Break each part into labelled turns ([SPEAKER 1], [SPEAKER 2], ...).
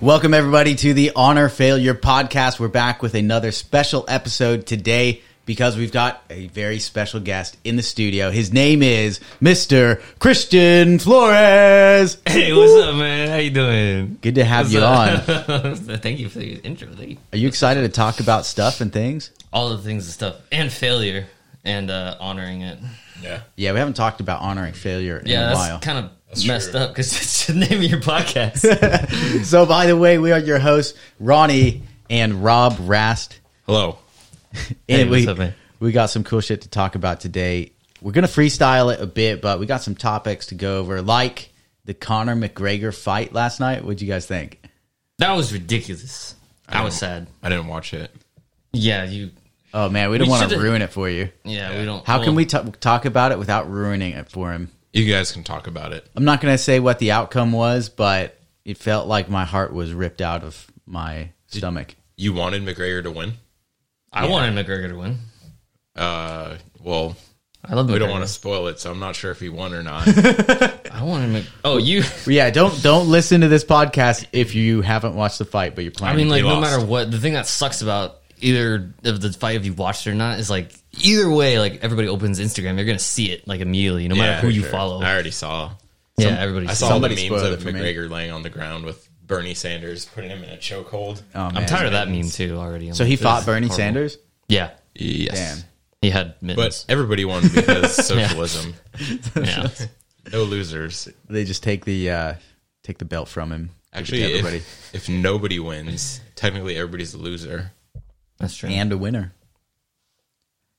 [SPEAKER 1] Welcome, everybody, to the Honor Failure Podcast. We're back with another special episode today because we've got a very special guest in the studio. His name is Mr. Christian Flores.
[SPEAKER 2] Hey, what's up, man? How you doing?
[SPEAKER 1] Good to have
[SPEAKER 2] What's
[SPEAKER 1] you on.
[SPEAKER 2] up? Thank you for your intro. Thank you.
[SPEAKER 1] Are you excited to talk about stuff and things?
[SPEAKER 2] All the things and stuff, and failure, and uh, honoring it.
[SPEAKER 3] Yeah.
[SPEAKER 1] Yeah, we haven't talked about honoring failure in
[SPEAKER 2] Yeah,
[SPEAKER 1] a while.
[SPEAKER 2] that's kind of
[SPEAKER 3] That's
[SPEAKER 2] messed
[SPEAKER 3] true.
[SPEAKER 2] up because it's the name of your podcast.
[SPEAKER 1] so, by the way, we are your hosts, Ronnie and Rob Rast.
[SPEAKER 3] Hello.
[SPEAKER 1] And
[SPEAKER 2] Hey,
[SPEAKER 1] we,
[SPEAKER 2] what's up, man?
[SPEAKER 1] we got some cool shit to talk about today. We're going to freestyle it a bit, but we got some topics to go over, like the Conor McGregor fight last night. What'd you guys think?
[SPEAKER 2] that was ridiculous. I was sad.
[SPEAKER 3] I didn't watch it.
[SPEAKER 2] Yeah, you.
[SPEAKER 1] Oh, man, we don't want to
[SPEAKER 2] should've-
[SPEAKER 1] ruin it for you.
[SPEAKER 2] Yeah, we don't.
[SPEAKER 1] How
[SPEAKER 2] well,
[SPEAKER 1] can we ta- talk about it without ruining it for him?
[SPEAKER 3] You guys can talk about it.
[SPEAKER 1] I'm not going to say what the outcome was, but it felt like my heart was ripped out of my stomach.
[SPEAKER 3] You wanted McGregor to win.
[SPEAKER 2] I wanted McGregor to win.
[SPEAKER 3] Uh, well,
[SPEAKER 2] I love. McGregor.
[SPEAKER 3] we don't want to spoil it, so I'm not sure if he won or not.
[SPEAKER 2] I wanted. Mc- oh, you.
[SPEAKER 1] But yeah, don't don't listen to this podcast if you haven't watched the fight, but you're
[SPEAKER 2] I
[SPEAKER 1] planning.
[SPEAKER 2] mean, like,
[SPEAKER 3] He
[SPEAKER 2] no
[SPEAKER 3] lost.
[SPEAKER 2] matter what, the thing that sucks about either of the fight, if you watched it or not, is like either way, like everybody opens Instagram, you're gonna see it like immediately, no matter
[SPEAKER 3] Yeah,
[SPEAKER 2] who
[SPEAKER 3] for
[SPEAKER 2] you
[SPEAKER 3] sure.
[SPEAKER 2] follow.
[SPEAKER 3] I already saw.
[SPEAKER 2] Yeah, everybody.
[SPEAKER 3] I
[SPEAKER 2] sees
[SPEAKER 3] saw
[SPEAKER 2] it.
[SPEAKER 1] Somebody
[SPEAKER 3] the memes
[SPEAKER 1] spoiled
[SPEAKER 3] of
[SPEAKER 1] it for me.
[SPEAKER 3] McGregor laying on the ground with Bernie Sanders putting him in a chokehold.
[SPEAKER 1] oh, man.
[SPEAKER 2] I'm tired of that meme too already. I'm
[SPEAKER 1] So he
[SPEAKER 2] like, this
[SPEAKER 1] fought
[SPEAKER 2] is
[SPEAKER 1] Bernie
[SPEAKER 2] horrible.
[SPEAKER 1] Sanders.
[SPEAKER 2] Yeah,
[SPEAKER 3] yes.
[SPEAKER 1] Damn.
[SPEAKER 2] he had
[SPEAKER 3] But
[SPEAKER 2] mittens.
[SPEAKER 3] everybody won because socialism.
[SPEAKER 2] yeah.
[SPEAKER 3] No losers.
[SPEAKER 1] They just take the uh, take the belt from him. Give it to
[SPEAKER 3] Actually,
[SPEAKER 1] everybody
[SPEAKER 3] if, if nobody wins, technically everybody's a loser.
[SPEAKER 2] that's true.
[SPEAKER 1] and a winner.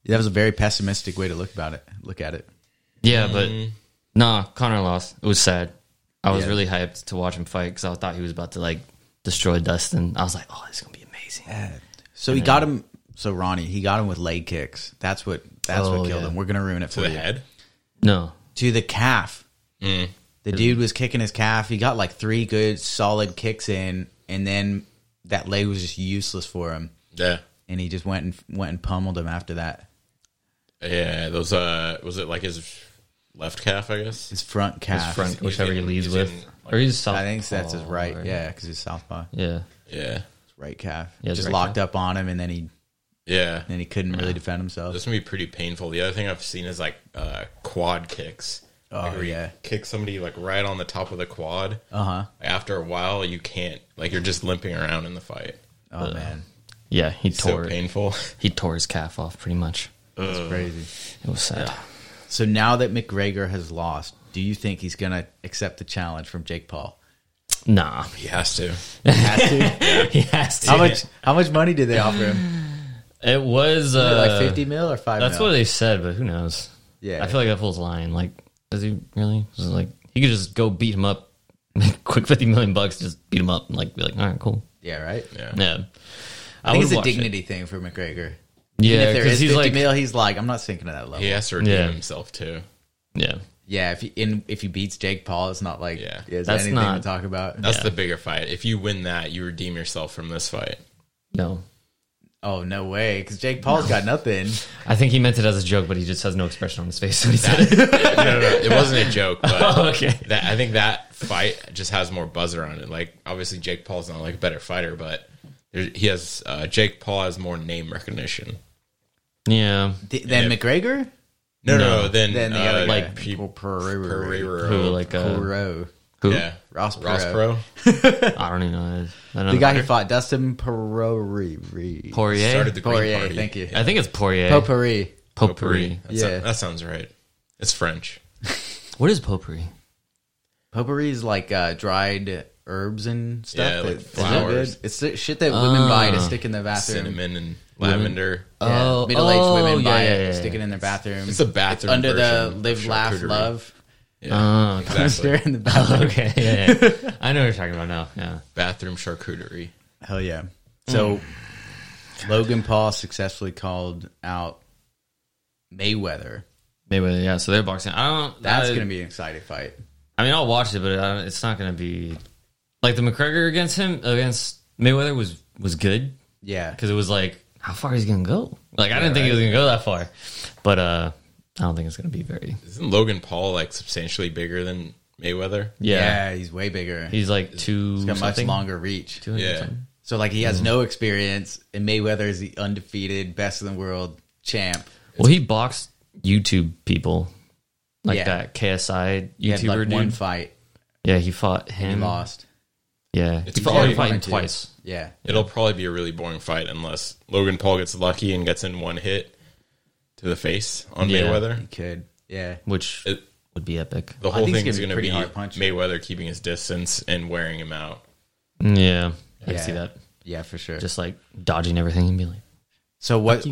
[SPEAKER 1] That was a very pessimistic way to look about it. Look at it.
[SPEAKER 2] yeah, but nah, Connor lost. It was sad. I was
[SPEAKER 1] Yeah.
[SPEAKER 2] really hyped to watch him fight because I thought he was about to like destroy Dustin. I was like, oh, this is gonna be amazing.
[SPEAKER 1] So he got him. So Ronnie, he got him with leg kicks. That's what. That's
[SPEAKER 2] Oh,
[SPEAKER 1] what killed
[SPEAKER 2] yeah.
[SPEAKER 1] him. We're gonna ruin it
[SPEAKER 3] To
[SPEAKER 1] for
[SPEAKER 3] the
[SPEAKER 1] you.
[SPEAKER 3] head. Mm.
[SPEAKER 2] No,
[SPEAKER 1] To the calf. The dude was kicking his calf. He got like three good solid kicks in, and then that leg was just useless for him.
[SPEAKER 3] Yeah.
[SPEAKER 1] And he just went and went and pummeled him after that.
[SPEAKER 3] Yeah. Those, uh, was it like his left calf, I guess?
[SPEAKER 1] His front calf.
[SPEAKER 2] his front, Oh,
[SPEAKER 3] he's
[SPEAKER 2] whichever he
[SPEAKER 3] in-
[SPEAKER 2] leads
[SPEAKER 3] he's
[SPEAKER 2] with,
[SPEAKER 3] in, like-
[SPEAKER 2] or he's south.
[SPEAKER 1] I think that's his right. Yeah, because he's southpaw.
[SPEAKER 2] yeah.
[SPEAKER 3] Yeah.
[SPEAKER 1] His right calf.
[SPEAKER 2] Yeah, his
[SPEAKER 1] just
[SPEAKER 2] right
[SPEAKER 1] locked up on him, and then he
[SPEAKER 3] Yeah.
[SPEAKER 1] then he couldn't really defend himself.
[SPEAKER 3] This can be pretty painful. The other thing I've seen is like uh, quad kicks.
[SPEAKER 1] Oh,
[SPEAKER 3] like where you
[SPEAKER 1] yeah.
[SPEAKER 3] kick somebody like right on the top of the quad.
[SPEAKER 1] Uh huh.
[SPEAKER 3] After a while, you can't like you're just limping around in the fight.
[SPEAKER 1] Oh
[SPEAKER 2] uh,
[SPEAKER 1] man,
[SPEAKER 2] Yeah, he tore
[SPEAKER 3] So
[SPEAKER 2] it.
[SPEAKER 3] painful.
[SPEAKER 2] he tore his calf off pretty much.
[SPEAKER 1] that's crazy.
[SPEAKER 2] It was sad.
[SPEAKER 1] So now that McGregor has lost, do you think he's gonna accept the challenge from Jake Paul?
[SPEAKER 2] Nah,
[SPEAKER 3] he has to.
[SPEAKER 1] Has to?
[SPEAKER 2] he has to.
[SPEAKER 1] how much? How much money did they offer him?
[SPEAKER 2] It was uh,
[SPEAKER 1] like fifty mil or five?
[SPEAKER 2] That's
[SPEAKER 1] mil?
[SPEAKER 2] what they said, but who knows?
[SPEAKER 1] Yeah.
[SPEAKER 2] I feel like that fool's lying. Like, does he really? Is it like he could just go beat him up, make quick fifty million bucks, just beat him up, and like be like, all right, cool.
[SPEAKER 1] yeah, right.
[SPEAKER 3] Yeah.
[SPEAKER 2] Yeah,
[SPEAKER 1] I think it's
[SPEAKER 2] would've
[SPEAKER 1] a
[SPEAKER 2] watched it.
[SPEAKER 1] dignity thing for McGregor. Even
[SPEAKER 2] Yeah,
[SPEAKER 1] if there
[SPEAKER 2] because
[SPEAKER 1] is
[SPEAKER 2] he's
[SPEAKER 1] fifty
[SPEAKER 2] like,
[SPEAKER 1] mil, he's like, I'm not sinking to that level.
[SPEAKER 3] He
[SPEAKER 1] Yeah,
[SPEAKER 3] has to redeem
[SPEAKER 2] Yeah.
[SPEAKER 3] himself too.
[SPEAKER 2] yeah,
[SPEAKER 1] if he in, if he beats Jake Paul, it's not like
[SPEAKER 3] Yeah.
[SPEAKER 1] is
[SPEAKER 2] That's
[SPEAKER 1] anything to
[SPEAKER 2] not-
[SPEAKER 1] talk about.
[SPEAKER 3] That's the bigger fight. If you win that, you redeem yourself from this fight.
[SPEAKER 2] no.
[SPEAKER 1] oh no way, because Jake Paul's got nothing.
[SPEAKER 2] I think he meant it as a joke, but he just has no expression on his face when he said it. Oh,
[SPEAKER 3] no, no, no. It wasn't a joke, but
[SPEAKER 2] okay.
[SPEAKER 3] that I think that fight just has more buzz around it. Like obviously Jake Paul's not like a better fighter, but there, he has uh, Jake Paul has more name recognition.
[SPEAKER 2] Yeah,
[SPEAKER 1] Th- then McGregor,
[SPEAKER 3] No, no, no, then,
[SPEAKER 1] then the
[SPEAKER 3] uh,
[SPEAKER 1] other guy,
[SPEAKER 3] like Pe-
[SPEAKER 1] Well, Pereira,
[SPEAKER 3] Pereira.
[SPEAKER 2] who like uh,
[SPEAKER 1] Pereira.
[SPEAKER 2] who?
[SPEAKER 3] yeah,
[SPEAKER 1] Ross Perot.
[SPEAKER 3] Ross Pro.
[SPEAKER 2] I don't even know. who that is. I don't
[SPEAKER 1] The
[SPEAKER 2] know.
[SPEAKER 1] guy who fought Dustin Poirier.
[SPEAKER 2] Poirier.
[SPEAKER 3] Started the Green
[SPEAKER 1] Poirier,
[SPEAKER 3] Party.
[SPEAKER 1] thank you.
[SPEAKER 2] I think it's Poirier.
[SPEAKER 1] Potpourri.
[SPEAKER 2] Potpourri.
[SPEAKER 3] That's not-
[SPEAKER 1] Yeah.
[SPEAKER 3] that sounds right. It's French.
[SPEAKER 2] What is potpourri?
[SPEAKER 1] Potpourri is like uh, dried herbs and stuff.
[SPEAKER 3] Yeah, like
[SPEAKER 1] that- isn't that
[SPEAKER 3] flowers.
[SPEAKER 1] good? It's the shit that women buy to stick in their bathroom.
[SPEAKER 3] Cinnamon and lavender.
[SPEAKER 1] Yeah,
[SPEAKER 2] Oh,
[SPEAKER 1] middle-aged
[SPEAKER 2] oh,
[SPEAKER 1] women
[SPEAKER 2] yeah,
[SPEAKER 1] buy
[SPEAKER 2] yeah,
[SPEAKER 1] it,
[SPEAKER 2] yeah,
[SPEAKER 1] stick it
[SPEAKER 2] yeah.
[SPEAKER 1] in their bathroom.
[SPEAKER 3] It's a bathroom
[SPEAKER 1] under the
[SPEAKER 3] version of
[SPEAKER 1] live, laugh,
[SPEAKER 3] charcuterie.
[SPEAKER 1] love.
[SPEAKER 3] Yeah,
[SPEAKER 2] Oh,
[SPEAKER 3] exactly.
[SPEAKER 1] They're in the bathroom.
[SPEAKER 2] okay. Yeah, yeah. I know what you're talking about now. Yeah.
[SPEAKER 3] Bathroom charcuterie.
[SPEAKER 1] Hell yeah! So Logan Paul successfully called out Mayweather.
[SPEAKER 2] Mayweather, yeah. So they're boxing. I don't.
[SPEAKER 1] That's
[SPEAKER 2] I,
[SPEAKER 1] gonna be an exciting fight.
[SPEAKER 2] I mean, I'll watch it, but I don't, it's not gonna be like the McGregor against him against Mayweather was was good
[SPEAKER 1] Yeah,
[SPEAKER 2] because it was like how far he's gonna go. Like I didn't think he was gonna go that far, but uh, I don't think it's gonna be very.
[SPEAKER 3] Isn't Logan Paul like substantially bigger than Mayweather.
[SPEAKER 1] Yeah, he's way bigger. He's
[SPEAKER 2] He's like two
[SPEAKER 1] got
[SPEAKER 2] something.
[SPEAKER 1] much longer reach.
[SPEAKER 2] 200
[SPEAKER 3] Yeah.
[SPEAKER 2] something.
[SPEAKER 1] So like he has
[SPEAKER 2] Mm-hmm.
[SPEAKER 1] no experience, and Mayweather is the undefeated, best in the world champ.
[SPEAKER 2] Well, he boxed YouTube people like
[SPEAKER 1] Yeah.
[SPEAKER 2] that KSI
[SPEAKER 1] He had
[SPEAKER 2] YouTuber
[SPEAKER 1] like
[SPEAKER 2] dude.
[SPEAKER 1] one fight,
[SPEAKER 2] yeah, he fought
[SPEAKER 1] he
[SPEAKER 2] him.
[SPEAKER 1] lost.
[SPEAKER 2] Yeah,
[SPEAKER 3] It's
[SPEAKER 2] he fought,
[SPEAKER 3] very
[SPEAKER 2] he fought him
[SPEAKER 1] One or two.
[SPEAKER 2] twice.
[SPEAKER 1] Yeah,
[SPEAKER 3] It'll probably be a really boring fight unless Logan Paul gets lucky and gets in one hit to the face on
[SPEAKER 2] Yeah.
[SPEAKER 1] he
[SPEAKER 3] Mayweather.
[SPEAKER 1] could. Yeah,
[SPEAKER 2] which
[SPEAKER 3] It-
[SPEAKER 2] would be epic.
[SPEAKER 3] The
[SPEAKER 1] I
[SPEAKER 3] whole
[SPEAKER 1] think it's
[SPEAKER 3] thing is
[SPEAKER 1] gonna
[SPEAKER 3] going
[SPEAKER 1] be pretty
[SPEAKER 3] to be
[SPEAKER 1] hard punch.
[SPEAKER 3] Mayweather keeping his distance and wearing him out.
[SPEAKER 2] Yeah, I
[SPEAKER 1] Yeah.
[SPEAKER 2] can see that.
[SPEAKER 1] yeah, for sure.
[SPEAKER 2] Just like dodging everything and being like,
[SPEAKER 1] so what?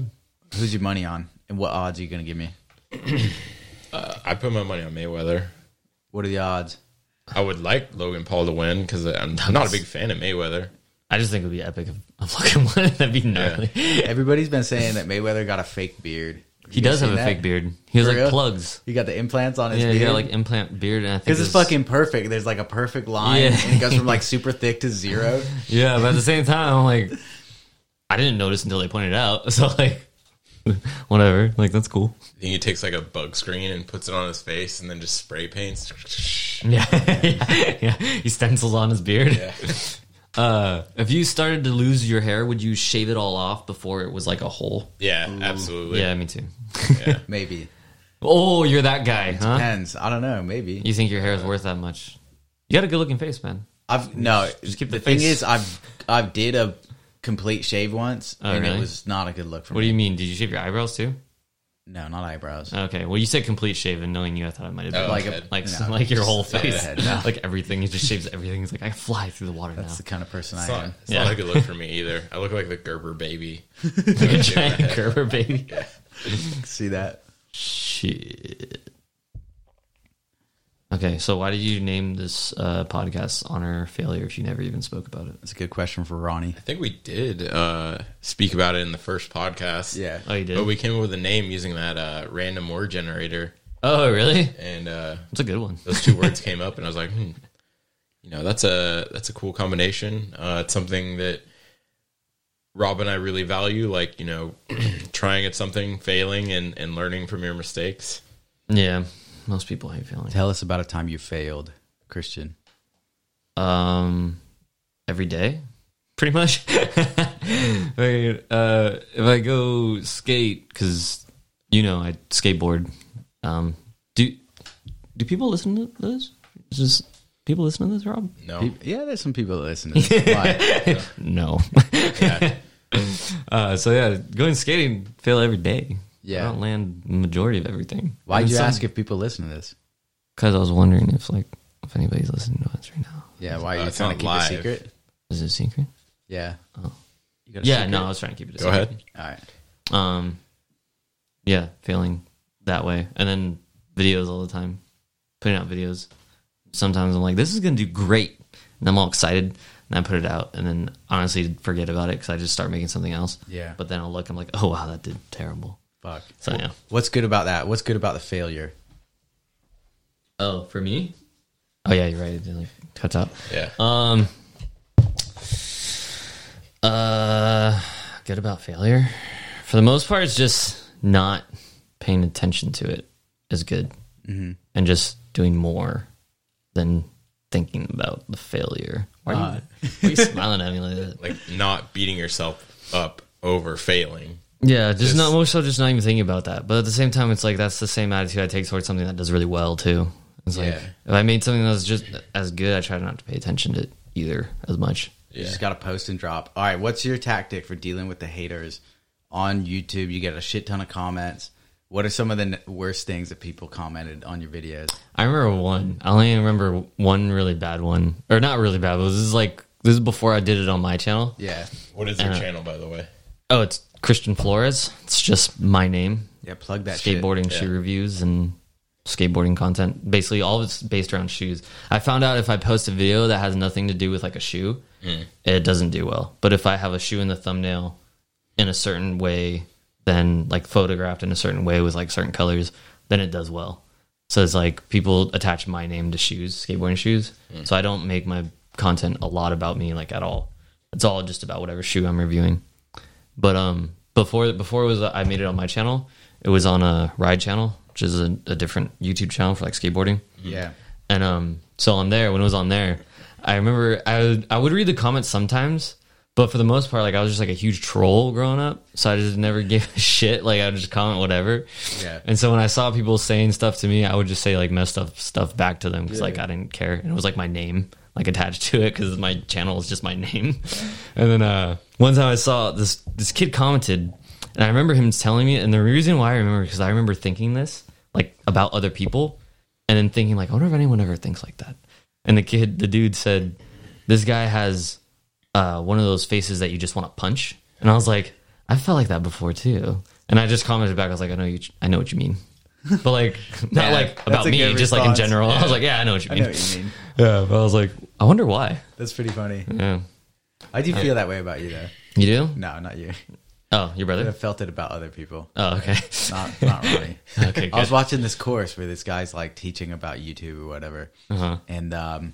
[SPEAKER 1] Who's your money on, and what odds are you gonna give me?
[SPEAKER 3] I put my money on Mayweather.
[SPEAKER 1] What are the odds?
[SPEAKER 3] I would like Logan Paul to win because I'm not a big fan of Mayweather.
[SPEAKER 2] I just think it would be epic. Of looking one, that'd be gnarly.
[SPEAKER 1] Everybody's been saying that Mayweather got a fake beard.
[SPEAKER 2] He does have a fake beard. He has
[SPEAKER 1] For
[SPEAKER 2] like
[SPEAKER 1] real?
[SPEAKER 2] plugs.
[SPEAKER 1] He got the implants on his
[SPEAKER 2] Yeah,
[SPEAKER 1] beard.
[SPEAKER 2] he got like implant beard, and I think
[SPEAKER 1] Because it's
[SPEAKER 2] it was-
[SPEAKER 1] fucking perfect. There's like a perfect line,
[SPEAKER 2] Yeah.
[SPEAKER 1] and it goes from like super thick to zero.
[SPEAKER 2] Yeah, but at the same time, I'm like, I didn't notice until they pointed it out. So like, whatever. Like that's cool.
[SPEAKER 3] I think he takes like a bug screen and puts it on his face and then just spray paints.
[SPEAKER 2] Yeah, yeah. He stencils on his beard.
[SPEAKER 3] Yeah.
[SPEAKER 2] Uh, if you started to lose your hair, would you shave it all off before it was like a hole?
[SPEAKER 3] Yeah, absolutely.
[SPEAKER 2] Yeah, me too.
[SPEAKER 1] Maybe
[SPEAKER 2] Oh, you're that guy, huh?
[SPEAKER 1] depends. I don't know. Maybe
[SPEAKER 2] You think your hair is worth that much? You got a good looking face, man.
[SPEAKER 1] I've no.
[SPEAKER 2] Just keep
[SPEAKER 1] the
[SPEAKER 2] the
[SPEAKER 1] thing
[SPEAKER 2] face-
[SPEAKER 1] is, I've I've did a complete shave once, and it
[SPEAKER 2] really?
[SPEAKER 1] was not a good look for
[SPEAKER 2] What
[SPEAKER 1] me.
[SPEAKER 2] do you mean? Did you shave your eyebrows too?
[SPEAKER 1] no, not eyebrows.
[SPEAKER 2] Okay. Well, you said complete shave, and knowing you, I thought I might have been
[SPEAKER 3] Oh,
[SPEAKER 1] like a,
[SPEAKER 3] okay.
[SPEAKER 2] like
[SPEAKER 1] no,
[SPEAKER 2] like your whole
[SPEAKER 1] just-
[SPEAKER 2] face,
[SPEAKER 1] yeah, no.
[SPEAKER 2] like everything. He just shaves everything. He's like, I can fly through the water
[SPEAKER 1] That's the
[SPEAKER 2] now.
[SPEAKER 1] kind of person
[SPEAKER 3] It's
[SPEAKER 1] I
[SPEAKER 3] not,
[SPEAKER 1] am.
[SPEAKER 3] it's not a good look for me either. I look like the Gerber baby.
[SPEAKER 2] Like a giant Gerber baby.
[SPEAKER 1] See that?
[SPEAKER 2] Shit. Okay, so why did you name this uh, podcast "Honor or Failure" if you never even spoke about it?
[SPEAKER 1] That's a good question for Ronnie.
[SPEAKER 3] I think we did uh, speak about it in the first podcast.
[SPEAKER 1] Yeah.
[SPEAKER 2] Oh, you did.
[SPEAKER 3] But we came up with a name using that uh, random word generator.
[SPEAKER 2] oh, really?
[SPEAKER 3] And uh,
[SPEAKER 2] That's a good one.
[SPEAKER 3] those two words came up, and I was like, hmm, you know, that's a that's a cool combination. Uh, it's something that Rob and I really value, like you know, trying at something, failing, and and learning from your mistakes.
[SPEAKER 2] Yeah, most people hate failing.
[SPEAKER 1] Tell us about a time you failed, Christian.
[SPEAKER 2] Um, every day, pretty much. Like, uh, if I go skate, because you know I skateboard. Um, do do people listen to this? Just people listen to this, Rob?
[SPEAKER 3] No,
[SPEAKER 1] Pe- Yeah, there's some people that listen to this. Why?
[SPEAKER 2] No.
[SPEAKER 3] Yeah.
[SPEAKER 2] uh, so yeah, going skating fail every day.
[SPEAKER 1] Yeah.
[SPEAKER 2] I don't land the majority of everything.
[SPEAKER 1] Why'd you ask if people listen to this?
[SPEAKER 2] Because I was wondering if like if anybody's listening to us right now.
[SPEAKER 1] Yeah, why are
[SPEAKER 3] Uh,
[SPEAKER 1] you
[SPEAKER 3] it's
[SPEAKER 1] trying to
[SPEAKER 3] not
[SPEAKER 1] keep
[SPEAKER 3] live.
[SPEAKER 1] it secret?
[SPEAKER 2] Is it a secret?
[SPEAKER 1] Yeah.
[SPEAKER 2] Oh.
[SPEAKER 1] You got a
[SPEAKER 2] Yeah,
[SPEAKER 1] secret?
[SPEAKER 2] no, I was trying to keep it. A
[SPEAKER 3] go
[SPEAKER 2] secret.
[SPEAKER 3] ahead.
[SPEAKER 1] All right.
[SPEAKER 2] Um, yeah, failing that way, and then videos all the time, putting out videos. Sometimes I'm like, this is gonna do great, and I'm all excited, and I put it out, and then honestly forget about it because I just start making something else.
[SPEAKER 1] Yeah.
[SPEAKER 2] But then I'll look, I'm like, oh wow, that did terrible.
[SPEAKER 1] Fuck.
[SPEAKER 2] So yeah.
[SPEAKER 1] What's good about that? What's good about the failure?
[SPEAKER 2] Oh, for me? Oh yeah, you're right. It like cuts out.
[SPEAKER 3] Yeah,
[SPEAKER 2] Um uh good about failure. For the most part, it's just not paying attention to it is good. And just doing more than thinking about the failure. Why are, you, why are you smiling at me like that?
[SPEAKER 3] like not beating yourself up over failing.
[SPEAKER 2] Yeah, just not more so just not even thinking about that. But at the same time, it's like that's the same attitude I take towards something that does really well too. It's like
[SPEAKER 3] Yeah.
[SPEAKER 2] if I made something that's just as good, I try not to pay attention to it either as much.
[SPEAKER 1] You just got to post and drop. All right, what's your tactic for dealing with the haters on YouTube? You get a shit ton of comments. What are some of the n- worst things that people commented on your videos?
[SPEAKER 2] I remember one. I only remember one really bad one, or not really bad. But this is like this is before I did it on my channel.
[SPEAKER 1] Yeah,
[SPEAKER 3] What is your
[SPEAKER 2] Uh,
[SPEAKER 3] channel, by the way?
[SPEAKER 2] Oh, it's Christian Flores. It's just my name.
[SPEAKER 1] yeah, plug that shit.
[SPEAKER 2] skateboarding shoe reviews and skateboarding content. Basically, all of it's based around shoes. I found out if I post a video that has nothing to do with like a shoe,
[SPEAKER 1] Mm.
[SPEAKER 2] it doesn't do well. But if I have a shoe in the thumbnail in a certain way, then like photographed in a certain way with like certain colors, then it does well. So it's like people attach my name to shoes, skateboarding shoes.
[SPEAKER 1] Mm.
[SPEAKER 2] So I don't make my content a lot about me like at all. It's all just about whatever shoe I'm reviewing. But um, before before it was uh, I made it on my channel. It was on a ride channel, which is a, a different YouTube channel for like skateboarding.
[SPEAKER 1] Yeah,
[SPEAKER 2] And um, so on there, when it was on there, I remember I would, I would read the comments sometimes, but for the most part, like I was just like a huge troll growing up, so I just never gave a shit. Like I would just comment whatever.
[SPEAKER 1] Yeah.
[SPEAKER 2] And so when I saw people saying stuff to me, I would just say like messed up stuff back to them because like I didn't care, and it was like my name like attached to it because my channel was just my name. And then uh, one time I saw this this kid commented, and I remember him telling me, and the reason why I remember because I remember thinking this like about other people, and then thinking like, I wonder if anyone ever thinks like that. And the kid, the dude said, this guy has uh, one of those faces that you just want to punch. And I was like, I felt like that before too. And I just commented back. I was like, I know you. I know what you mean. But like, not like about
[SPEAKER 1] a
[SPEAKER 2] me,
[SPEAKER 1] good
[SPEAKER 2] just like in
[SPEAKER 1] response.
[SPEAKER 2] general. I was like, yeah, I know what you
[SPEAKER 1] I
[SPEAKER 2] mean.
[SPEAKER 1] know what you mean.
[SPEAKER 2] Yeah, but I was like, I wonder why.
[SPEAKER 1] That's pretty funny.
[SPEAKER 2] Yeah.
[SPEAKER 1] I do feel that way about you, though.
[SPEAKER 2] You do?
[SPEAKER 1] No, not you.
[SPEAKER 2] Oh, your
[SPEAKER 1] I
[SPEAKER 2] brother?
[SPEAKER 1] felt it about other people.
[SPEAKER 2] Oh, okay.
[SPEAKER 1] Not, not Ronnie.
[SPEAKER 2] okay,
[SPEAKER 1] I was
[SPEAKER 2] good.
[SPEAKER 1] watching this course where this guy's like teaching about YouTube or whatever,
[SPEAKER 2] Uh-huh.
[SPEAKER 1] and um,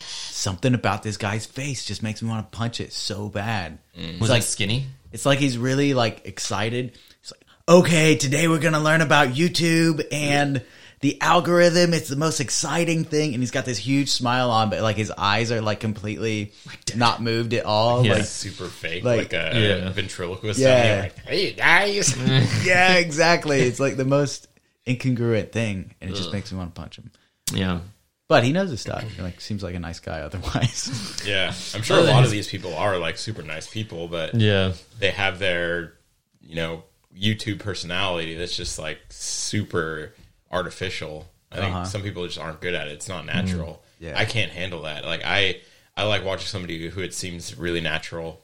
[SPEAKER 1] something about this guy's face just makes me want to punch it so bad.
[SPEAKER 2] Was like skinny?
[SPEAKER 1] It's like he's really like excited. He's like, "Okay, today we're gonna learn about YouTube and the algorithm. It's the most exciting thing." And he's got this huge smile on, but like his eyes are like completely not moved at all.
[SPEAKER 2] Yeah.
[SPEAKER 1] Like,
[SPEAKER 3] super fake,
[SPEAKER 1] Like-
[SPEAKER 3] like, a
[SPEAKER 2] Yeah.
[SPEAKER 3] ventriloquist.
[SPEAKER 1] Yeah.
[SPEAKER 3] Yeah. Like, hey guys.
[SPEAKER 1] yeah, exactly. It's like the most incongruent thing, and it just makes me want to punch him.
[SPEAKER 2] Yeah.
[SPEAKER 1] But he knows his stuff. He, Like, seems like a nice guy otherwise.
[SPEAKER 3] yeah, I'm sure a lot of these people are like super nice people, but
[SPEAKER 2] Yeah.
[SPEAKER 3] they have their, you know, YouTube personality that's just like super artificial. I think some people just aren't good at it. It's not natural.
[SPEAKER 1] Uh-huh. Mm. Yeah.
[SPEAKER 3] I can't handle that. Like I, I like watching somebody who it seems really natural.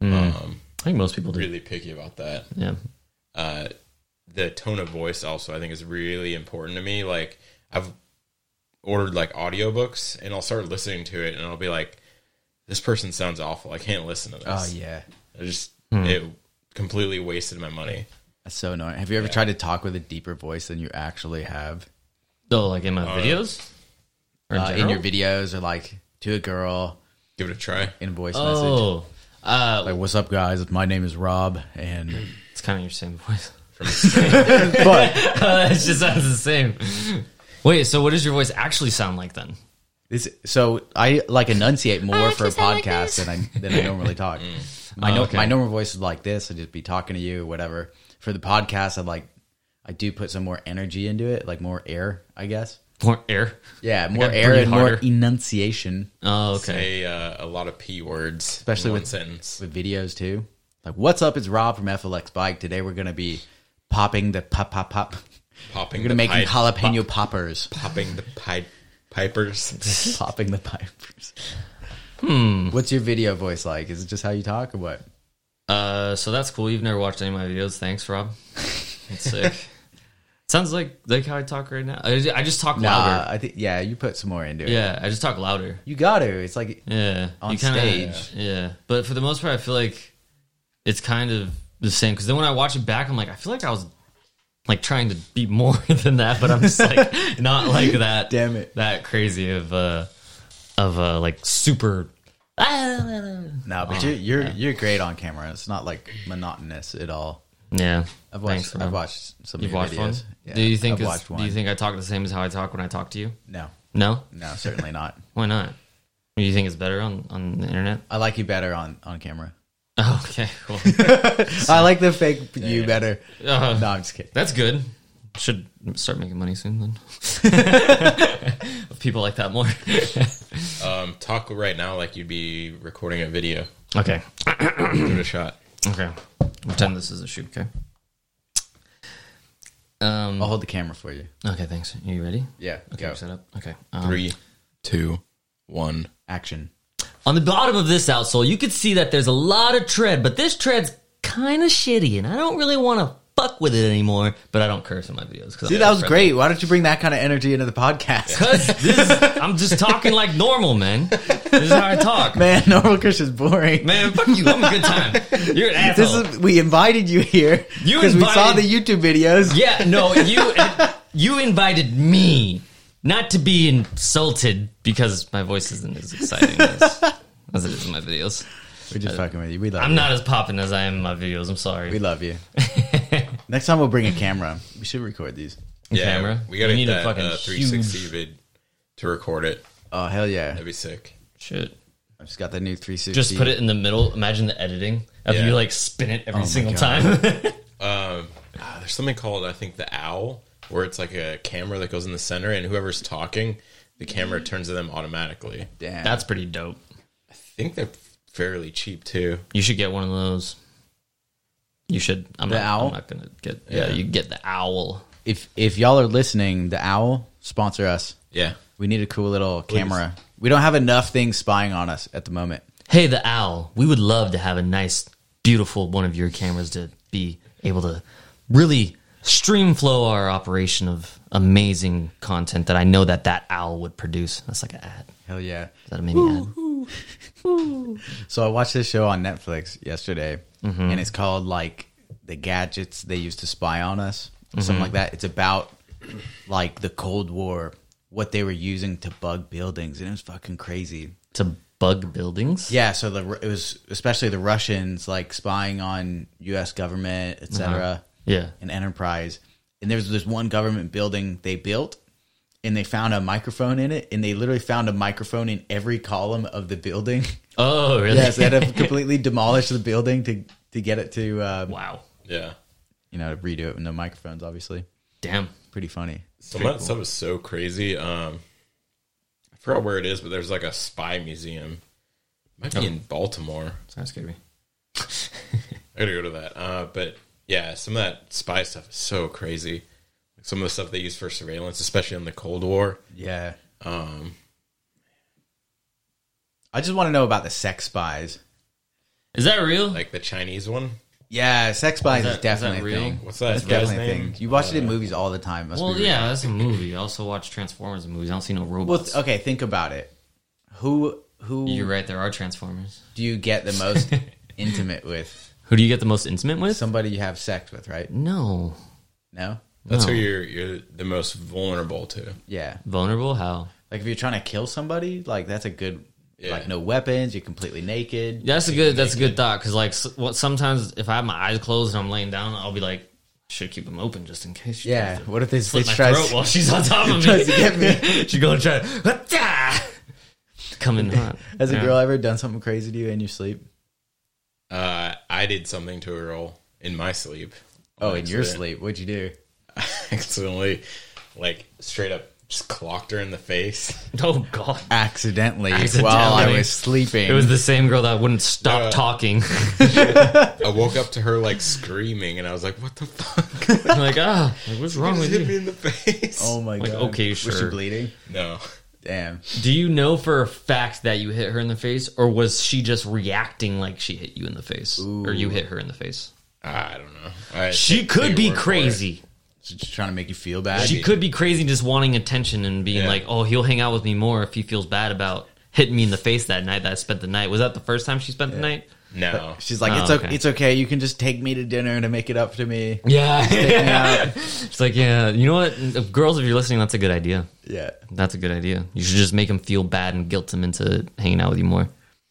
[SPEAKER 1] Mm.
[SPEAKER 3] Um,
[SPEAKER 2] I think most people do.
[SPEAKER 3] really picky about that.
[SPEAKER 2] Yeah.
[SPEAKER 3] uh, the tone of voice also I think is really important to me. Like I've ordered like audiobooks and I'll start listening to it and I'll be like, this person sounds awful. I can't listen to this.
[SPEAKER 1] oh yeah, Hmm.
[SPEAKER 3] I just it completely wasted my money.
[SPEAKER 1] that's so annoying. Have you ever tried to talk with a deeper voice than you actually have
[SPEAKER 2] Though, Oh, like in my videos? Or
[SPEAKER 1] uh, in
[SPEAKER 2] general?
[SPEAKER 1] your videos, or like to a girl
[SPEAKER 3] Give it a try.
[SPEAKER 1] in a voice message?
[SPEAKER 2] Oh. Uh,
[SPEAKER 1] Like, what's up, guys? My name is Rob, and
[SPEAKER 2] it's kind of your same voice.
[SPEAKER 1] but
[SPEAKER 2] it just sounds the same. Wait, so what does your voice actually sound like then?
[SPEAKER 1] this. So I like enunciate more for a
[SPEAKER 4] actually sound like
[SPEAKER 1] podcast than I than I normally talk. My
[SPEAKER 2] Oh,
[SPEAKER 1] no,
[SPEAKER 2] okay.
[SPEAKER 1] my normal voice is like this. I'd just be talking to you, whatever. For the podcast, I like I do put some more energy into it, like more air, I guess.
[SPEAKER 2] More air.
[SPEAKER 1] Yeah, more
[SPEAKER 2] I
[SPEAKER 1] air
[SPEAKER 2] breathe
[SPEAKER 1] and more
[SPEAKER 2] harder.
[SPEAKER 1] enunciation
[SPEAKER 2] Oh, okay.
[SPEAKER 3] Say uh, a lot of p words,
[SPEAKER 1] Especially
[SPEAKER 3] in one
[SPEAKER 1] with-
[SPEAKER 3] sentence.
[SPEAKER 1] with videos too. Like, what's up? It's Rob from FLX Bike. Today we're gonna be popping the pop pop pop.
[SPEAKER 3] Popping.
[SPEAKER 1] We're gonna make
[SPEAKER 3] Pied-
[SPEAKER 1] jalapeno poppers.
[SPEAKER 3] pop- popping the pipe pipers.
[SPEAKER 1] popping the pipers. Hmm. What's your video voice like? Is it just how you talk or what?
[SPEAKER 2] Uh, so that's cool. You've never watched any of my videos. Thanks, Rob. That's sick. Sounds like like how I talk right now. I, I just talk
[SPEAKER 1] Nah,
[SPEAKER 2] louder.
[SPEAKER 1] Uh, I think yeah, you put some more into it.
[SPEAKER 2] Yeah, I just talk louder.
[SPEAKER 1] You got to. It's like
[SPEAKER 2] Yeah,
[SPEAKER 1] On
[SPEAKER 2] you kinda-
[SPEAKER 1] stage.
[SPEAKER 2] Yeah, but for the most part, I feel like it's kind of the same. Because then when I watch it back, I'm like, I feel like I was like trying to be more than that, but I'm just like not like that.
[SPEAKER 1] Damn it.
[SPEAKER 2] that crazy of uh of uh like super.
[SPEAKER 1] no, but you're you're you're great on camera. It's not like monotonous at all.
[SPEAKER 2] Yeah,
[SPEAKER 1] I've watched
[SPEAKER 2] Thanks, Rob.
[SPEAKER 1] I've watched some
[SPEAKER 2] You've
[SPEAKER 1] of your
[SPEAKER 2] watched
[SPEAKER 1] videos.
[SPEAKER 2] one.
[SPEAKER 1] Yeah,
[SPEAKER 2] do you think?
[SPEAKER 1] I've
[SPEAKER 2] it's-
[SPEAKER 1] watched one?
[SPEAKER 2] Do you think I talk the same as how I talk when I talk to you?
[SPEAKER 1] no,
[SPEAKER 2] No,
[SPEAKER 1] no, certainly not.
[SPEAKER 2] why not? Do you think it's better on on the internet?
[SPEAKER 1] I like you better on on camera.
[SPEAKER 2] Oh, okay, cool.
[SPEAKER 1] I like the fake you better.
[SPEAKER 2] Uh,
[SPEAKER 1] No, I'm just kidding.
[SPEAKER 2] That's good. Should start making money soon then. People like that more.
[SPEAKER 3] Um, talk right now like you'd be recording a video.
[SPEAKER 2] Okay.
[SPEAKER 3] Give it a shot.
[SPEAKER 2] Okay. Pretend this is a shoot, okay? Um
[SPEAKER 1] I'll hold the camera for you.
[SPEAKER 2] Okay, thanks. Are you ready?
[SPEAKER 1] Yeah,
[SPEAKER 2] Okay,
[SPEAKER 1] go.
[SPEAKER 2] set up. Okay. Um,
[SPEAKER 3] Three, two, one.
[SPEAKER 1] Action.
[SPEAKER 2] On the bottom of this outsole, you can see that there's a lot of tread, but this tread's kinda shitty and I don't really wanna fuck with it anymore, but I don't curse in my videos.
[SPEAKER 1] Dude, that was great. Why don't you bring that kind of energy into the podcast?
[SPEAKER 2] Cause this is, I'm just talking like normal, man. This is how I talk. Man,
[SPEAKER 1] Man, normal Christian's boring.
[SPEAKER 2] fuck you. I'm a good time. You're an asshole.
[SPEAKER 1] This is we invited you here
[SPEAKER 2] You
[SPEAKER 1] because we saw the
[SPEAKER 2] invited-
[SPEAKER 1] YouTube videos.
[SPEAKER 2] Yeah, no, you you invited me not to be insulted because my voice isn't as exciting as, as it is in my videos.
[SPEAKER 1] We're just fucking with you. We love
[SPEAKER 2] I'm
[SPEAKER 1] you.
[SPEAKER 2] not as popping as I am in my videos. I'm
[SPEAKER 1] we
[SPEAKER 2] sorry.
[SPEAKER 1] love you. Next time we'll bring a camera. We should record these.
[SPEAKER 3] yeah,
[SPEAKER 2] camera.
[SPEAKER 3] We gotta
[SPEAKER 2] You need
[SPEAKER 3] get
[SPEAKER 2] a
[SPEAKER 3] that
[SPEAKER 2] fucking
[SPEAKER 3] uh, 360 vid to record it.
[SPEAKER 1] Oh hell yeah!
[SPEAKER 3] That'd be sick.
[SPEAKER 2] Shit.
[SPEAKER 1] I just got the new 360.
[SPEAKER 2] Just put it in the middle. Imagine the editing of
[SPEAKER 3] Yeah.
[SPEAKER 2] you like spin it
[SPEAKER 1] Oh
[SPEAKER 2] every
[SPEAKER 1] my
[SPEAKER 2] single
[SPEAKER 1] God.
[SPEAKER 2] time.
[SPEAKER 3] Ah, there's something called I think the owl, where it's like a camera that goes in the center, and whoever's talking, the camera turns to them automatically.
[SPEAKER 1] Damn.
[SPEAKER 2] That's pretty dope.
[SPEAKER 3] I think they're fairly cheap too.
[SPEAKER 2] You should get one of those. You should. I'm
[SPEAKER 1] The
[SPEAKER 2] not.
[SPEAKER 1] owl?
[SPEAKER 2] I'm not gonna get. Yeah,
[SPEAKER 3] Yeah.
[SPEAKER 2] you get the owl.
[SPEAKER 1] if if y'all are listening, the owl sponsor us.
[SPEAKER 3] Yeah,
[SPEAKER 1] We need a cool little camera. We don't have enough things spying on us at the moment.
[SPEAKER 2] Hey, the owl. We would love to have a nice, beautiful one of your cameras to be able to really streamflow our operation of amazing content that I know that that owl would produce. That's like an ad.
[SPEAKER 1] Hell yeah!
[SPEAKER 2] Is that a mini ad?
[SPEAKER 1] So I watched this show on Netflix yesterday, and it's called like the gadgets they used to spy on us, or something like that. It's about like the Cold War, what they were using to bug buildings, and it was fucking crazy.
[SPEAKER 2] To bug buildings.
[SPEAKER 1] Yeah, so the it was especially the Russians like spying on U.S. government, etc.
[SPEAKER 2] Yeah.
[SPEAKER 1] an enterprise. And there's this one government building they built and they found a microphone in it and they literally found a microphone in every column of the building.
[SPEAKER 2] Oh, really?
[SPEAKER 1] yes, they had to completely demolish the building to to get it to um,
[SPEAKER 2] wow.
[SPEAKER 3] yeah.
[SPEAKER 1] you know, redo it with no microphones obviously.
[SPEAKER 2] Damn.
[SPEAKER 1] Pretty funny.
[SPEAKER 3] Some of that stuff is so crazy. Um, I forgot where it is, but there's like a spy museum. might be
[SPEAKER 1] Oh.
[SPEAKER 3] in Baltimore.
[SPEAKER 2] Sounds scary.
[SPEAKER 3] I gotta go to that. Uh, but yeah, some of that spy stuff is so crazy. Like some of the stuff they use for surveillance, especially in the Cold War.
[SPEAKER 1] Yeah.
[SPEAKER 3] Um,
[SPEAKER 1] I just want to know about the sex spies.
[SPEAKER 2] Is that real?
[SPEAKER 3] like the Chinese one.
[SPEAKER 1] Yeah, sex spies is,
[SPEAKER 2] that- is that
[SPEAKER 1] definitely
[SPEAKER 2] real?
[SPEAKER 1] a thing.
[SPEAKER 3] What's that?
[SPEAKER 1] That's
[SPEAKER 3] guy's
[SPEAKER 1] definitely a thing. You watch it in movies all the time. Must
[SPEAKER 2] well,
[SPEAKER 1] be real.
[SPEAKER 2] yeah, that's a movie. I also watch Transformers movies. I don't see no
[SPEAKER 1] Well,
[SPEAKER 2] robots.
[SPEAKER 1] th- okay, think about it. Who who
[SPEAKER 2] You're right. There are Transformers.
[SPEAKER 1] do you get the most intimate with?
[SPEAKER 2] Who do you get the most intimate with?
[SPEAKER 1] somebody you have sex with, right?
[SPEAKER 2] no.
[SPEAKER 1] No?
[SPEAKER 3] That's
[SPEAKER 2] No.
[SPEAKER 3] who you're you're the most vulnerable to.
[SPEAKER 1] Yeah.
[SPEAKER 2] Vulnerable? How?
[SPEAKER 1] Like if you're trying to kill somebody, like that's a good
[SPEAKER 3] Yeah.
[SPEAKER 1] like no weapons, you're completely naked.
[SPEAKER 2] That's a good. That's a good thought. Because like, s- what sometimes if I have my eyes closed and I'm laying down, I'll be like, should keep them open just in case. She
[SPEAKER 1] Yeah.
[SPEAKER 2] tries to
[SPEAKER 1] What if this bitch
[SPEAKER 2] slit my
[SPEAKER 1] tries
[SPEAKER 2] throat while she's on top of me.
[SPEAKER 1] tries to get me?
[SPEAKER 2] she gonna try. to- Come in hot.
[SPEAKER 1] Has a
[SPEAKER 2] Yeah.
[SPEAKER 1] girl ever done something crazy to you in your sleep?
[SPEAKER 3] Uh, I did something to a girl in my sleep.
[SPEAKER 1] Oh, in your
[SPEAKER 3] Accident.
[SPEAKER 1] sleep. What'd you do?
[SPEAKER 3] accidentally, like straight up, just clocked her in the face.
[SPEAKER 2] Oh god.
[SPEAKER 1] Accidentally, while I
[SPEAKER 2] Accidentally.
[SPEAKER 1] was sleeping.
[SPEAKER 2] It was the same girl that wouldn't stop
[SPEAKER 3] No.
[SPEAKER 2] talking.
[SPEAKER 3] I woke up to her like screaming, and I was like, "What the fuck?
[SPEAKER 2] I'm like, ah, like, what's wrong
[SPEAKER 3] Just
[SPEAKER 2] with
[SPEAKER 3] hit
[SPEAKER 2] you?
[SPEAKER 3] me in the face."
[SPEAKER 1] Oh my
[SPEAKER 2] Like,
[SPEAKER 1] god.
[SPEAKER 2] okay,
[SPEAKER 1] Was she
[SPEAKER 2] sure.
[SPEAKER 1] bleeding?
[SPEAKER 3] No,
[SPEAKER 1] Damn.
[SPEAKER 2] Do you know for a fact that you hit her in the face, or was she just reacting like she hit you in the face, or you hit her in the face?
[SPEAKER 3] I don't know. I
[SPEAKER 2] She
[SPEAKER 3] take-
[SPEAKER 2] could
[SPEAKER 3] take
[SPEAKER 2] be
[SPEAKER 3] your word for it.
[SPEAKER 2] crazy.
[SPEAKER 1] She's just trying to make you feel bad.
[SPEAKER 2] She could be crazy, just wanting attention and being
[SPEAKER 3] Yeah.
[SPEAKER 2] like, "Oh, he'll hang out with me more if he feels bad about hitting me in the face that night that I spent the night." Was that the first time she spent the night?
[SPEAKER 3] No,
[SPEAKER 1] She's like,
[SPEAKER 2] Oh,
[SPEAKER 1] it's okay.
[SPEAKER 2] okay.
[SPEAKER 1] it's okay. You can just take me to dinner to make it up to me.
[SPEAKER 2] Yeah,
[SPEAKER 1] Yeah.
[SPEAKER 2] it's like, yeah, you know what, If- girls, if you're listening, that's a good idea.
[SPEAKER 1] yeah.
[SPEAKER 2] That's a good idea. You should just make him feel bad and guilt him into hanging out with you more.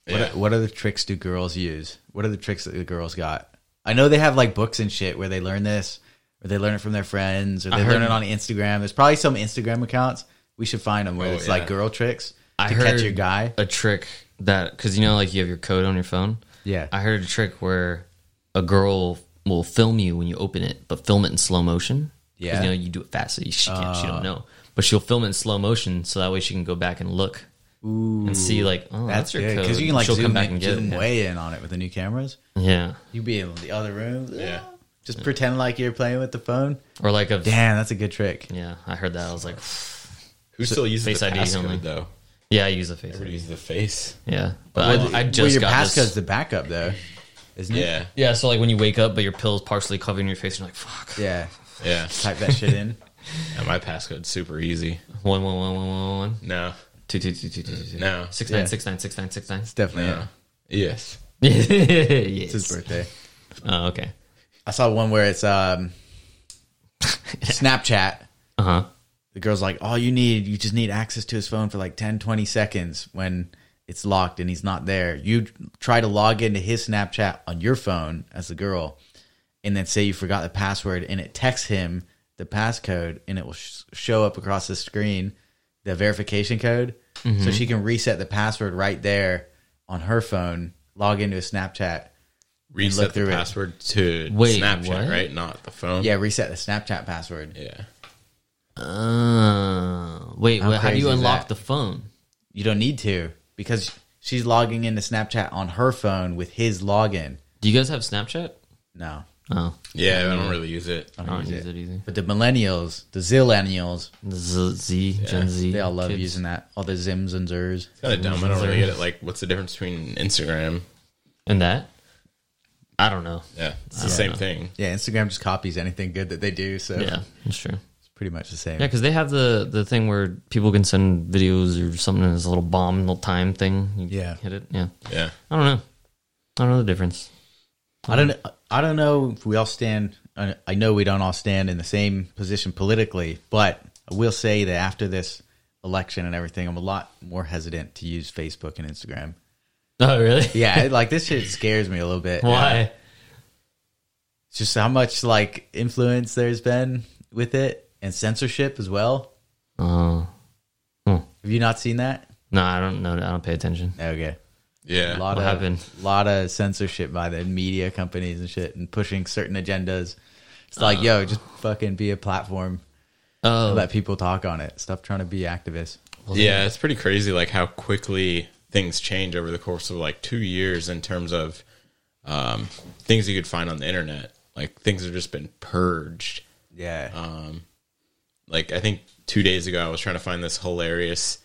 [SPEAKER 1] What, what other tricks do girls use? What are the tricks that the girls got? I know they have like books and shit where they learn this, or they learn it from their friends, or they learn
[SPEAKER 2] heard-
[SPEAKER 1] it on Instagram. There's probably some Instagram accounts we should find them where
[SPEAKER 3] Oh,
[SPEAKER 1] it's
[SPEAKER 3] yeah.
[SPEAKER 1] like girl tricks
[SPEAKER 2] I
[SPEAKER 1] to
[SPEAKER 2] heard
[SPEAKER 1] catch your guy.
[SPEAKER 2] a trick that because you know, like you have your code on your phone.
[SPEAKER 1] Yeah.
[SPEAKER 2] I heard a trick where a girl will film you when you open it, but film it in slow motion. 'Cause,
[SPEAKER 1] Yeah. Uh.
[SPEAKER 2] you know you do it fast, so you- she can't, she don't know, but she'll film it in slow motion so that way she can go back and look and see like, oh, that's,
[SPEAKER 1] That's
[SPEAKER 2] your
[SPEAKER 1] good
[SPEAKER 2] code.
[SPEAKER 1] because you can like
[SPEAKER 2] she'll
[SPEAKER 1] zoom,
[SPEAKER 2] come back
[SPEAKER 1] in-
[SPEAKER 2] and get
[SPEAKER 1] zoom
[SPEAKER 2] it.
[SPEAKER 1] way in on it with the new cameras.
[SPEAKER 2] Yeah,
[SPEAKER 1] You be in the other room.
[SPEAKER 3] Yeah.
[SPEAKER 1] Just pretend like you're playing with the phone.
[SPEAKER 2] or like a
[SPEAKER 1] Damn, that's a good trick.
[SPEAKER 2] yeah. I heard that. I was like,
[SPEAKER 3] who still uses
[SPEAKER 2] Face
[SPEAKER 3] the
[SPEAKER 2] ID
[SPEAKER 3] passcode
[SPEAKER 2] only.
[SPEAKER 3] though?
[SPEAKER 2] yeah, I use a face.
[SPEAKER 3] Everybody uses the face.
[SPEAKER 2] Yeah, but I, I
[SPEAKER 1] well,
[SPEAKER 2] just
[SPEAKER 1] your
[SPEAKER 2] got
[SPEAKER 1] passcode's
[SPEAKER 2] this.
[SPEAKER 1] the backup though, isn't it?
[SPEAKER 3] Yeah,
[SPEAKER 2] Yeah, so like when you wake up, but your pill's partially covering your face, you're like, fuck.
[SPEAKER 1] Yeah.
[SPEAKER 3] yeah.
[SPEAKER 1] Type that shit in.
[SPEAKER 3] yeah my passcode's super easy.
[SPEAKER 2] One one one one one one one.
[SPEAKER 3] No,
[SPEAKER 2] Two two two two two two two.
[SPEAKER 3] no.
[SPEAKER 2] Six
[SPEAKER 1] Yeah.
[SPEAKER 2] nine six nine six nine six nine.
[SPEAKER 1] Definitely.
[SPEAKER 3] No. Yes.
[SPEAKER 2] yes.
[SPEAKER 1] It's his birthday.
[SPEAKER 2] Oh, okay.
[SPEAKER 1] I saw one where it's um, Snapchat.
[SPEAKER 2] Uh huh.
[SPEAKER 1] The girl's like, all you need, you just need access to his phone for like 10, 20 seconds when it's locked and he's not there. You try to log into his Snapchat on your phone as the girl, and then say you forgot the password, and it texts him the passcode, and it will sh- show up across the screen the verification code, so she can reset the password right there on her phone. Log into a Snapchat.
[SPEAKER 3] Reset the
[SPEAKER 1] through it.
[SPEAKER 3] password to
[SPEAKER 2] Wait,
[SPEAKER 3] Snapchat,
[SPEAKER 2] what?
[SPEAKER 3] right? Not the phone.
[SPEAKER 1] Yeah, reset the Snapchat password.
[SPEAKER 3] Yeah.
[SPEAKER 2] Uh, wait, wait how do
[SPEAKER 1] crazy
[SPEAKER 2] you
[SPEAKER 1] is
[SPEAKER 2] unlock
[SPEAKER 1] that?
[SPEAKER 2] the phone?
[SPEAKER 1] You don't need to because she's logging into Snapchat on her phone with his login.
[SPEAKER 2] Do you guys have Snapchat?
[SPEAKER 1] No,
[SPEAKER 2] Oh,
[SPEAKER 3] Yeah, I don't really use it.
[SPEAKER 2] I don't use it either.
[SPEAKER 1] but the millennials, the zillennials,
[SPEAKER 2] Z, Z Gen Z.
[SPEAKER 1] they all love
[SPEAKER 2] kids.
[SPEAKER 1] using that. All the zims and zers.
[SPEAKER 3] Kind of dumb. I don't really get it. Like, what's the difference between Instagram?
[SPEAKER 2] And that? I don't know.
[SPEAKER 3] Yeah, it's the same thing.
[SPEAKER 1] Yeah, Instagram just copies anything good that they do, so
[SPEAKER 2] Yeah, that's true.
[SPEAKER 1] it's pretty much the same.
[SPEAKER 2] Yeah, because they have the the thing where people can send videos or something as a little bomb little time thing. You
[SPEAKER 1] Yeah.
[SPEAKER 2] hit it. Yeah,
[SPEAKER 3] Yeah.
[SPEAKER 2] I don't know. I don't know the difference.
[SPEAKER 1] I don't. I don't know if we all stand. I I know we don't all stand in the same position politically, but I will say that after this election and everything, I'm a lot more hesitant to use Facebook and Instagram.
[SPEAKER 2] Oh, really?
[SPEAKER 1] Yeah, like this shit scares me a little bit.
[SPEAKER 2] Why?
[SPEAKER 1] It's just how much like influence there's been with it and censorship as well.
[SPEAKER 2] Oh,
[SPEAKER 1] Have you not seen that?
[SPEAKER 2] no, I don't know. I don't pay attention.
[SPEAKER 1] Okay. A
[SPEAKER 3] Yeah.
[SPEAKER 1] lot
[SPEAKER 2] What
[SPEAKER 1] of
[SPEAKER 2] happened?
[SPEAKER 1] lot of censorship by the media companies and shit and pushing certain agendas. It's like, yo, just fucking be a platform.
[SPEAKER 2] Oh,
[SPEAKER 1] Let people talk on it. Stop trying to be activists.
[SPEAKER 3] Yeah, it's pretty crazy, like how quickly things change over the course of like two years in terms of um, things you could find on the internet. Like things have just been purged.
[SPEAKER 1] Yeah.
[SPEAKER 3] Uh, Like I think two days ago, I was trying to find this hilarious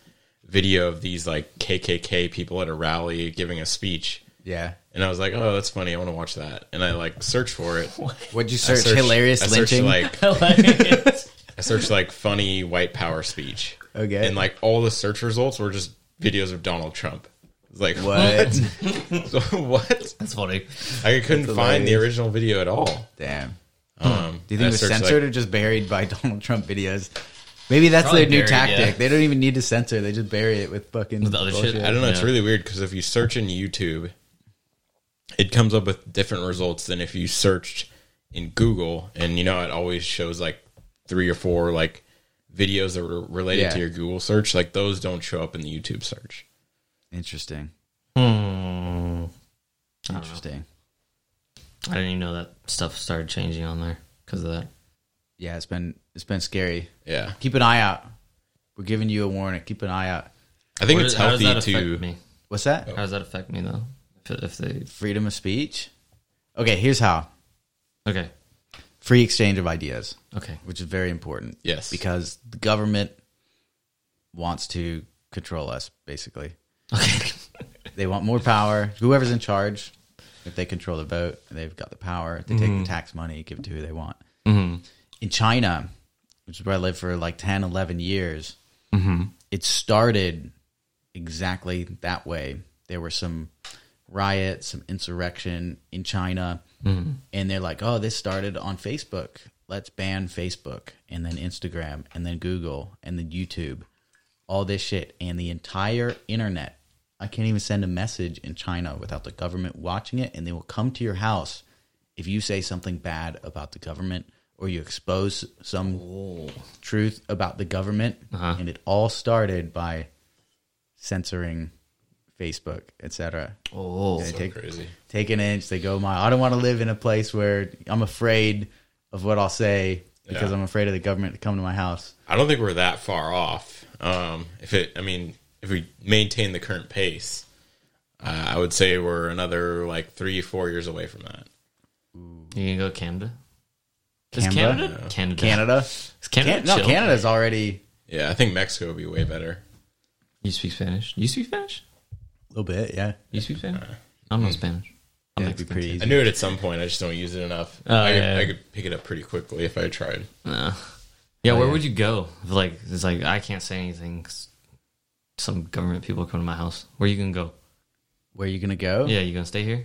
[SPEAKER 3] video of these like KKK people at a rally giving a speech,
[SPEAKER 1] yeah.
[SPEAKER 3] and I was like, "Oh, that's funny. I want to watch that." And I like searched for it.
[SPEAKER 1] What'd you
[SPEAKER 3] I
[SPEAKER 1] search?
[SPEAKER 3] searched-
[SPEAKER 1] Hilarious
[SPEAKER 3] I searched,
[SPEAKER 1] lynching?
[SPEAKER 3] like I searched like funny white power speech.
[SPEAKER 1] Okay.
[SPEAKER 3] And like all the search results were just videos of Donald Trump. It's like what?
[SPEAKER 1] what?
[SPEAKER 3] So what?
[SPEAKER 2] that's funny.
[SPEAKER 3] I couldn't find the
[SPEAKER 1] hilarious.
[SPEAKER 3] original video at all.
[SPEAKER 1] Damn.
[SPEAKER 3] Um,
[SPEAKER 1] Do you think it was censored or just buried by Donald Trump videos? Maybe that's
[SPEAKER 2] Probably
[SPEAKER 1] their new
[SPEAKER 2] buried,
[SPEAKER 1] tactic.
[SPEAKER 2] yeah.
[SPEAKER 1] They don't even need to censor. They just bury it with fucking
[SPEAKER 2] the other shit?
[SPEAKER 1] bullshit.
[SPEAKER 3] I don't know. It's
[SPEAKER 2] Yeah.
[SPEAKER 3] really weird because if you search in YouTube, it comes up with different results than if you searched in Google. And you know, it always shows like three or four like videos that were related
[SPEAKER 1] Yeah.
[SPEAKER 3] to your Google search. Like those don't show up in the YouTube search.
[SPEAKER 1] Interesting.
[SPEAKER 2] Hmm.
[SPEAKER 1] Interesting.
[SPEAKER 2] I didn't even know that stuff started changing on there because of that.
[SPEAKER 1] Yeah, it's been it's been scary.
[SPEAKER 3] Yeah,
[SPEAKER 1] Keep an eye out. We're giving you a warning. Keep an eye out.
[SPEAKER 3] I think
[SPEAKER 2] What
[SPEAKER 3] it's
[SPEAKER 2] is- how does
[SPEAKER 3] healthy
[SPEAKER 2] that affect
[SPEAKER 3] to.
[SPEAKER 2] me?
[SPEAKER 1] What's that?
[SPEAKER 2] How does that affect me though? If, if they
[SPEAKER 1] Freedom of speech. Okay, here's how.
[SPEAKER 2] okay,
[SPEAKER 1] Free exchange of ideas,
[SPEAKER 2] okay,
[SPEAKER 1] which is very important.
[SPEAKER 3] Yes.
[SPEAKER 1] Because the government wants to control us basically.
[SPEAKER 2] okay.
[SPEAKER 1] They want more power. Whoever's in charge, if they control the vote, they've got the power. They take the tax money, give it to who they want. In China, which is where I lived for like 10, 11 years, it started exactly that way. There were some riots, some insurrection in China, and they're like, "Oh, this started on Facebook. Let's ban Facebook, and then Instagram, and then Google, and then YouTube, all this shit, and the entire internet." I can't even send a message in China without the government watching it, and they will come to your house if you say something bad about the government or you expose some
[SPEAKER 3] Oh.
[SPEAKER 1] truth about the government.
[SPEAKER 3] Uh-huh.
[SPEAKER 1] And it all started by censoring Facebook, etc.
[SPEAKER 2] Oh,
[SPEAKER 1] They take,
[SPEAKER 3] Crazy.
[SPEAKER 1] take an inch, they go a mile. I don't want to live in a place where I'm afraid of what I'll say because
[SPEAKER 3] Yeah.
[SPEAKER 1] I'm afraid of the government to come to my house.
[SPEAKER 3] I don't think we're that far off. Um, if it, I mean, if we maintain the current pace, uh, I would say we're another like three, four years away from that.
[SPEAKER 2] you gonna go Canada? Is
[SPEAKER 1] Canberra?
[SPEAKER 2] Canada? Canada.
[SPEAKER 1] Canada?
[SPEAKER 2] Is Canada
[SPEAKER 1] Can- no,
[SPEAKER 2] chill?
[SPEAKER 1] Canada's already
[SPEAKER 3] Yeah, I think Mexico would be way better.
[SPEAKER 2] You speak Spanish? You speak Spanish?
[SPEAKER 1] a little bit, yeah.
[SPEAKER 2] You speak Spanish? I don't know Spanish. I'm
[SPEAKER 1] That'd be
[SPEAKER 2] Mexican.
[SPEAKER 1] pretty
[SPEAKER 3] I
[SPEAKER 1] easy.
[SPEAKER 3] knew it at some point. I just don't use it enough.
[SPEAKER 2] Oh,
[SPEAKER 3] I, could,
[SPEAKER 2] yeah.
[SPEAKER 3] I could pick it up pretty quickly if I tried.
[SPEAKER 2] Nah. Oh, Yeah, where would you go? If, like, it's like I can't say anything. 'cause some government people come to my house. Where you gonna go?
[SPEAKER 1] Where are you going to go?
[SPEAKER 2] Yeah, you gonna stay here? Or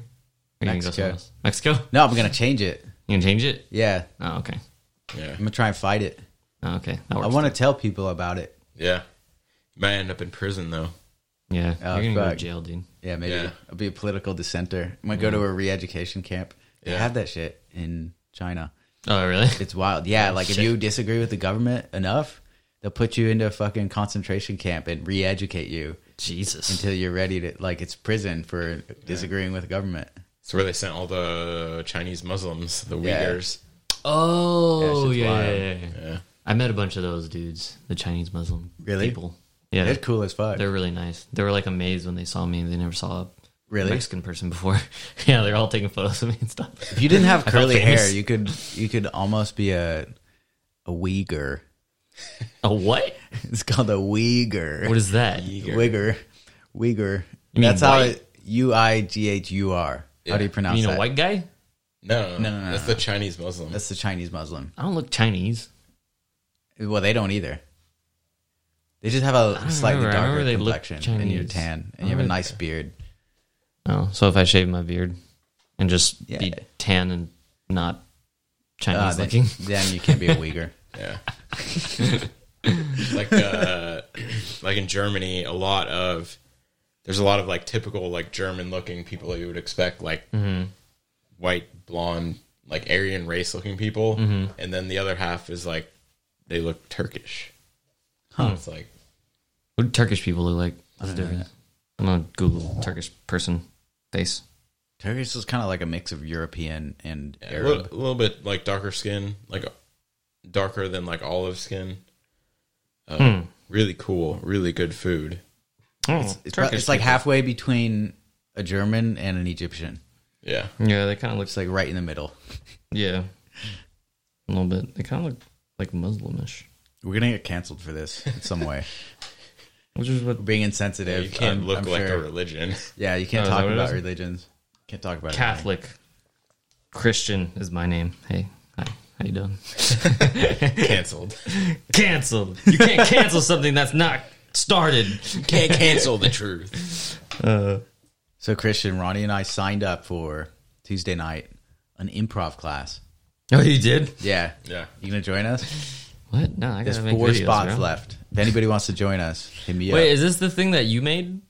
[SPEAKER 2] you gonna go
[SPEAKER 1] Mexico.
[SPEAKER 2] somewhere else? Oh. Mexico?
[SPEAKER 1] No, I'm going to change it.
[SPEAKER 2] You gonna change it?
[SPEAKER 1] Yeah.
[SPEAKER 2] Oh, okay.
[SPEAKER 3] Yeah,
[SPEAKER 1] I'm going to try and fight it.
[SPEAKER 2] Oh, okay. That
[SPEAKER 1] I
[SPEAKER 2] works.
[SPEAKER 1] want to tell people about it.
[SPEAKER 3] yeah. You might end up in prison though.
[SPEAKER 2] yeah,
[SPEAKER 1] Oh,
[SPEAKER 2] you're gonna go to
[SPEAKER 1] fuck.
[SPEAKER 2] jail, dude.
[SPEAKER 1] Yeah, maybe
[SPEAKER 3] Yeah.
[SPEAKER 1] I'll be a political dissenter. I might go
[SPEAKER 2] Mm.
[SPEAKER 1] to a re-education camp. They
[SPEAKER 3] Yeah.
[SPEAKER 1] have that shit in China.
[SPEAKER 2] Oh, really?
[SPEAKER 1] It's wild. Yeah, like if
[SPEAKER 2] shit.
[SPEAKER 1] you disagree with the government enough, They'll put you into a fucking concentration camp and re-educate you
[SPEAKER 2] Jesus.
[SPEAKER 1] until you're ready to like it's prison for disagreeing with government.
[SPEAKER 3] It's where they sent all the Chinese Muslims, the
[SPEAKER 1] Yeah.
[SPEAKER 3] Uyghurs.
[SPEAKER 2] Oh
[SPEAKER 1] Yeah, shit's
[SPEAKER 2] yeah,
[SPEAKER 1] wild.
[SPEAKER 2] yeah, yeah, yeah.
[SPEAKER 3] Yeah.
[SPEAKER 2] I met a bunch of those dudes, the Chinese Muslim
[SPEAKER 1] Really?
[SPEAKER 2] people. Yeah,
[SPEAKER 1] They're cool as fuck.
[SPEAKER 2] They're really nice. They were like amazed when they saw me. They never saw a
[SPEAKER 1] Really?
[SPEAKER 2] Mexican person before. yeah, they're all taking photos of me and stuff.
[SPEAKER 1] If you didn't have
[SPEAKER 2] I felt
[SPEAKER 1] curly hair,
[SPEAKER 2] famous.
[SPEAKER 1] you could you could almost be a a Uyghur.
[SPEAKER 2] A what?
[SPEAKER 1] It's called a Uyghur.
[SPEAKER 2] What is that?
[SPEAKER 1] Uyghur? Uyghur.
[SPEAKER 2] mean
[SPEAKER 1] That's how
[SPEAKER 2] white?
[SPEAKER 1] it U I G H U R. How do you
[SPEAKER 3] Yeah.
[SPEAKER 1] pronounce
[SPEAKER 2] You mean
[SPEAKER 1] that?
[SPEAKER 2] a white guy?
[SPEAKER 3] No, no, no,
[SPEAKER 1] no, no,
[SPEAKER 3] That's the Chinese Muslim.
[SPEAKER 1] That's the Chinese Muslim.
[SPEAKER 2] I don't look Chinese.
[SPEAKER 1] Well, they don't either. They just have a slightly
[SPEAKER 2] remember. I
[SPEAKER 1] darker
[SPEAKER 2] remember they looked
[SPEAKER 1] complexion, and you're
[SPEAKER 2] Chinese.
[SPEAKER 1] tan, and you have a nice beard.
[SPEAKER 2] Oh, so if I shave my beard and just be
[SPEAKER 1] Yeah.
[SPEAKER 2] tan and not
[SPEAKER 1] Uh,
[SPEAKER 2] Chinese
[SPEAKER 1] then,
[SPEAKER 2] looking,
[SPEAKER 1] then you can be a Uyghur.
[SPEAKER 3] Yeah. like uh, like in Germany, a lot of there's a lot of like typical like German looking people that you would expect, like
[SPEAKER 1] Mm-hmm.
[SPEAKER 3] white, blonde, like Aryan race looking people,
[SPEAKER 1] Mm-hmm.
[SPEAKER 3] and then the other half is like they look Turkish. It's like
[SPEAKER 2] what do Turkish people look like? What's the difference? I'm gonna Google Turkish person face.
[SPEAKER 1] Turkish is kind of like a mix of European and
[SPEAKER 3] yeah, a
[SPEAKER 1] Arab.
[SPEAKER 3] little, a little bit like darker skin, like darker than like olive skin. Uh,
[SPEAKER 1] Hmm.
[SPEAKER 3] Really cool, really good food.
[SPEAKER 2] Oh,
[SPEAKER 1] It's, prob- it's like halfway between a German and an Egyptian.
[SPEAKER 3] Yeah,
[SPEAKER 2] yeah, they kind of look
[SPEAKER 1] It's like right in the middle.
[SPEAKER 2] yeah, a little bit. They kind of look like Muslimish,
[SPEAKER 1] We're gonna get canceled for this in some way.
[SPEAKER 2] which is what
[SPEAKER 1] We're being insensitive.
[SPEAKER 3] you can't
[SPEAKER 1] I'm-
[SPEAKER 3] look
[SPEAKER 1] I'm
[SPEAKER 3] like
[SPEAKER 1] sure.
[SPEAKER 3] a religion.
[SPEAKER 1] Yeah, you
[SPEAKER 2] Oh,
[SPEAKER 1] can't
[SPEAKER 2] is that
[SPEAKER 1] talk
[SPEAKER 2] what it
[SPEAKER 1] about
[SPEAKER 2] is?
[SPEAKER 1] religions. Can't talk about it.
[SPEAKER 2] Catholic Christian is my name. Hey, hi, how you doing?
[SPEAKER 3] Cancelled.
[SPEAKER 2] Canceled. You can't cancel something that's not started.
[SPEAKER 3] Can't cancel the truth.
[SPEAKER 2] Uh,
[SPEAKER 1] So Christian, Ronnie, and I signed up for Tuesday night an improv class.
[SPEAKER 2] Oh, you did?
[SPEAKER 1] Yeah,
[SPEAKER 3] Yeah.
[SPEAKER 1] You gonna join us?
[SPEAKER 2] What? No, I
[SPEAKER 1] There's
[SPEAKER 2] gotta make
[SPEAKER 1] four
[SPEAKER 2] videos,
[SPEAKER 1] spots
[SPEAKER 2] bro.
[SPEAKER 1] left. If anybody wants to join us, hit me
[SPEAKER 2] Wait,
[SPEAKER 1] up.
[SPEAKER 2] is this the thing that you made?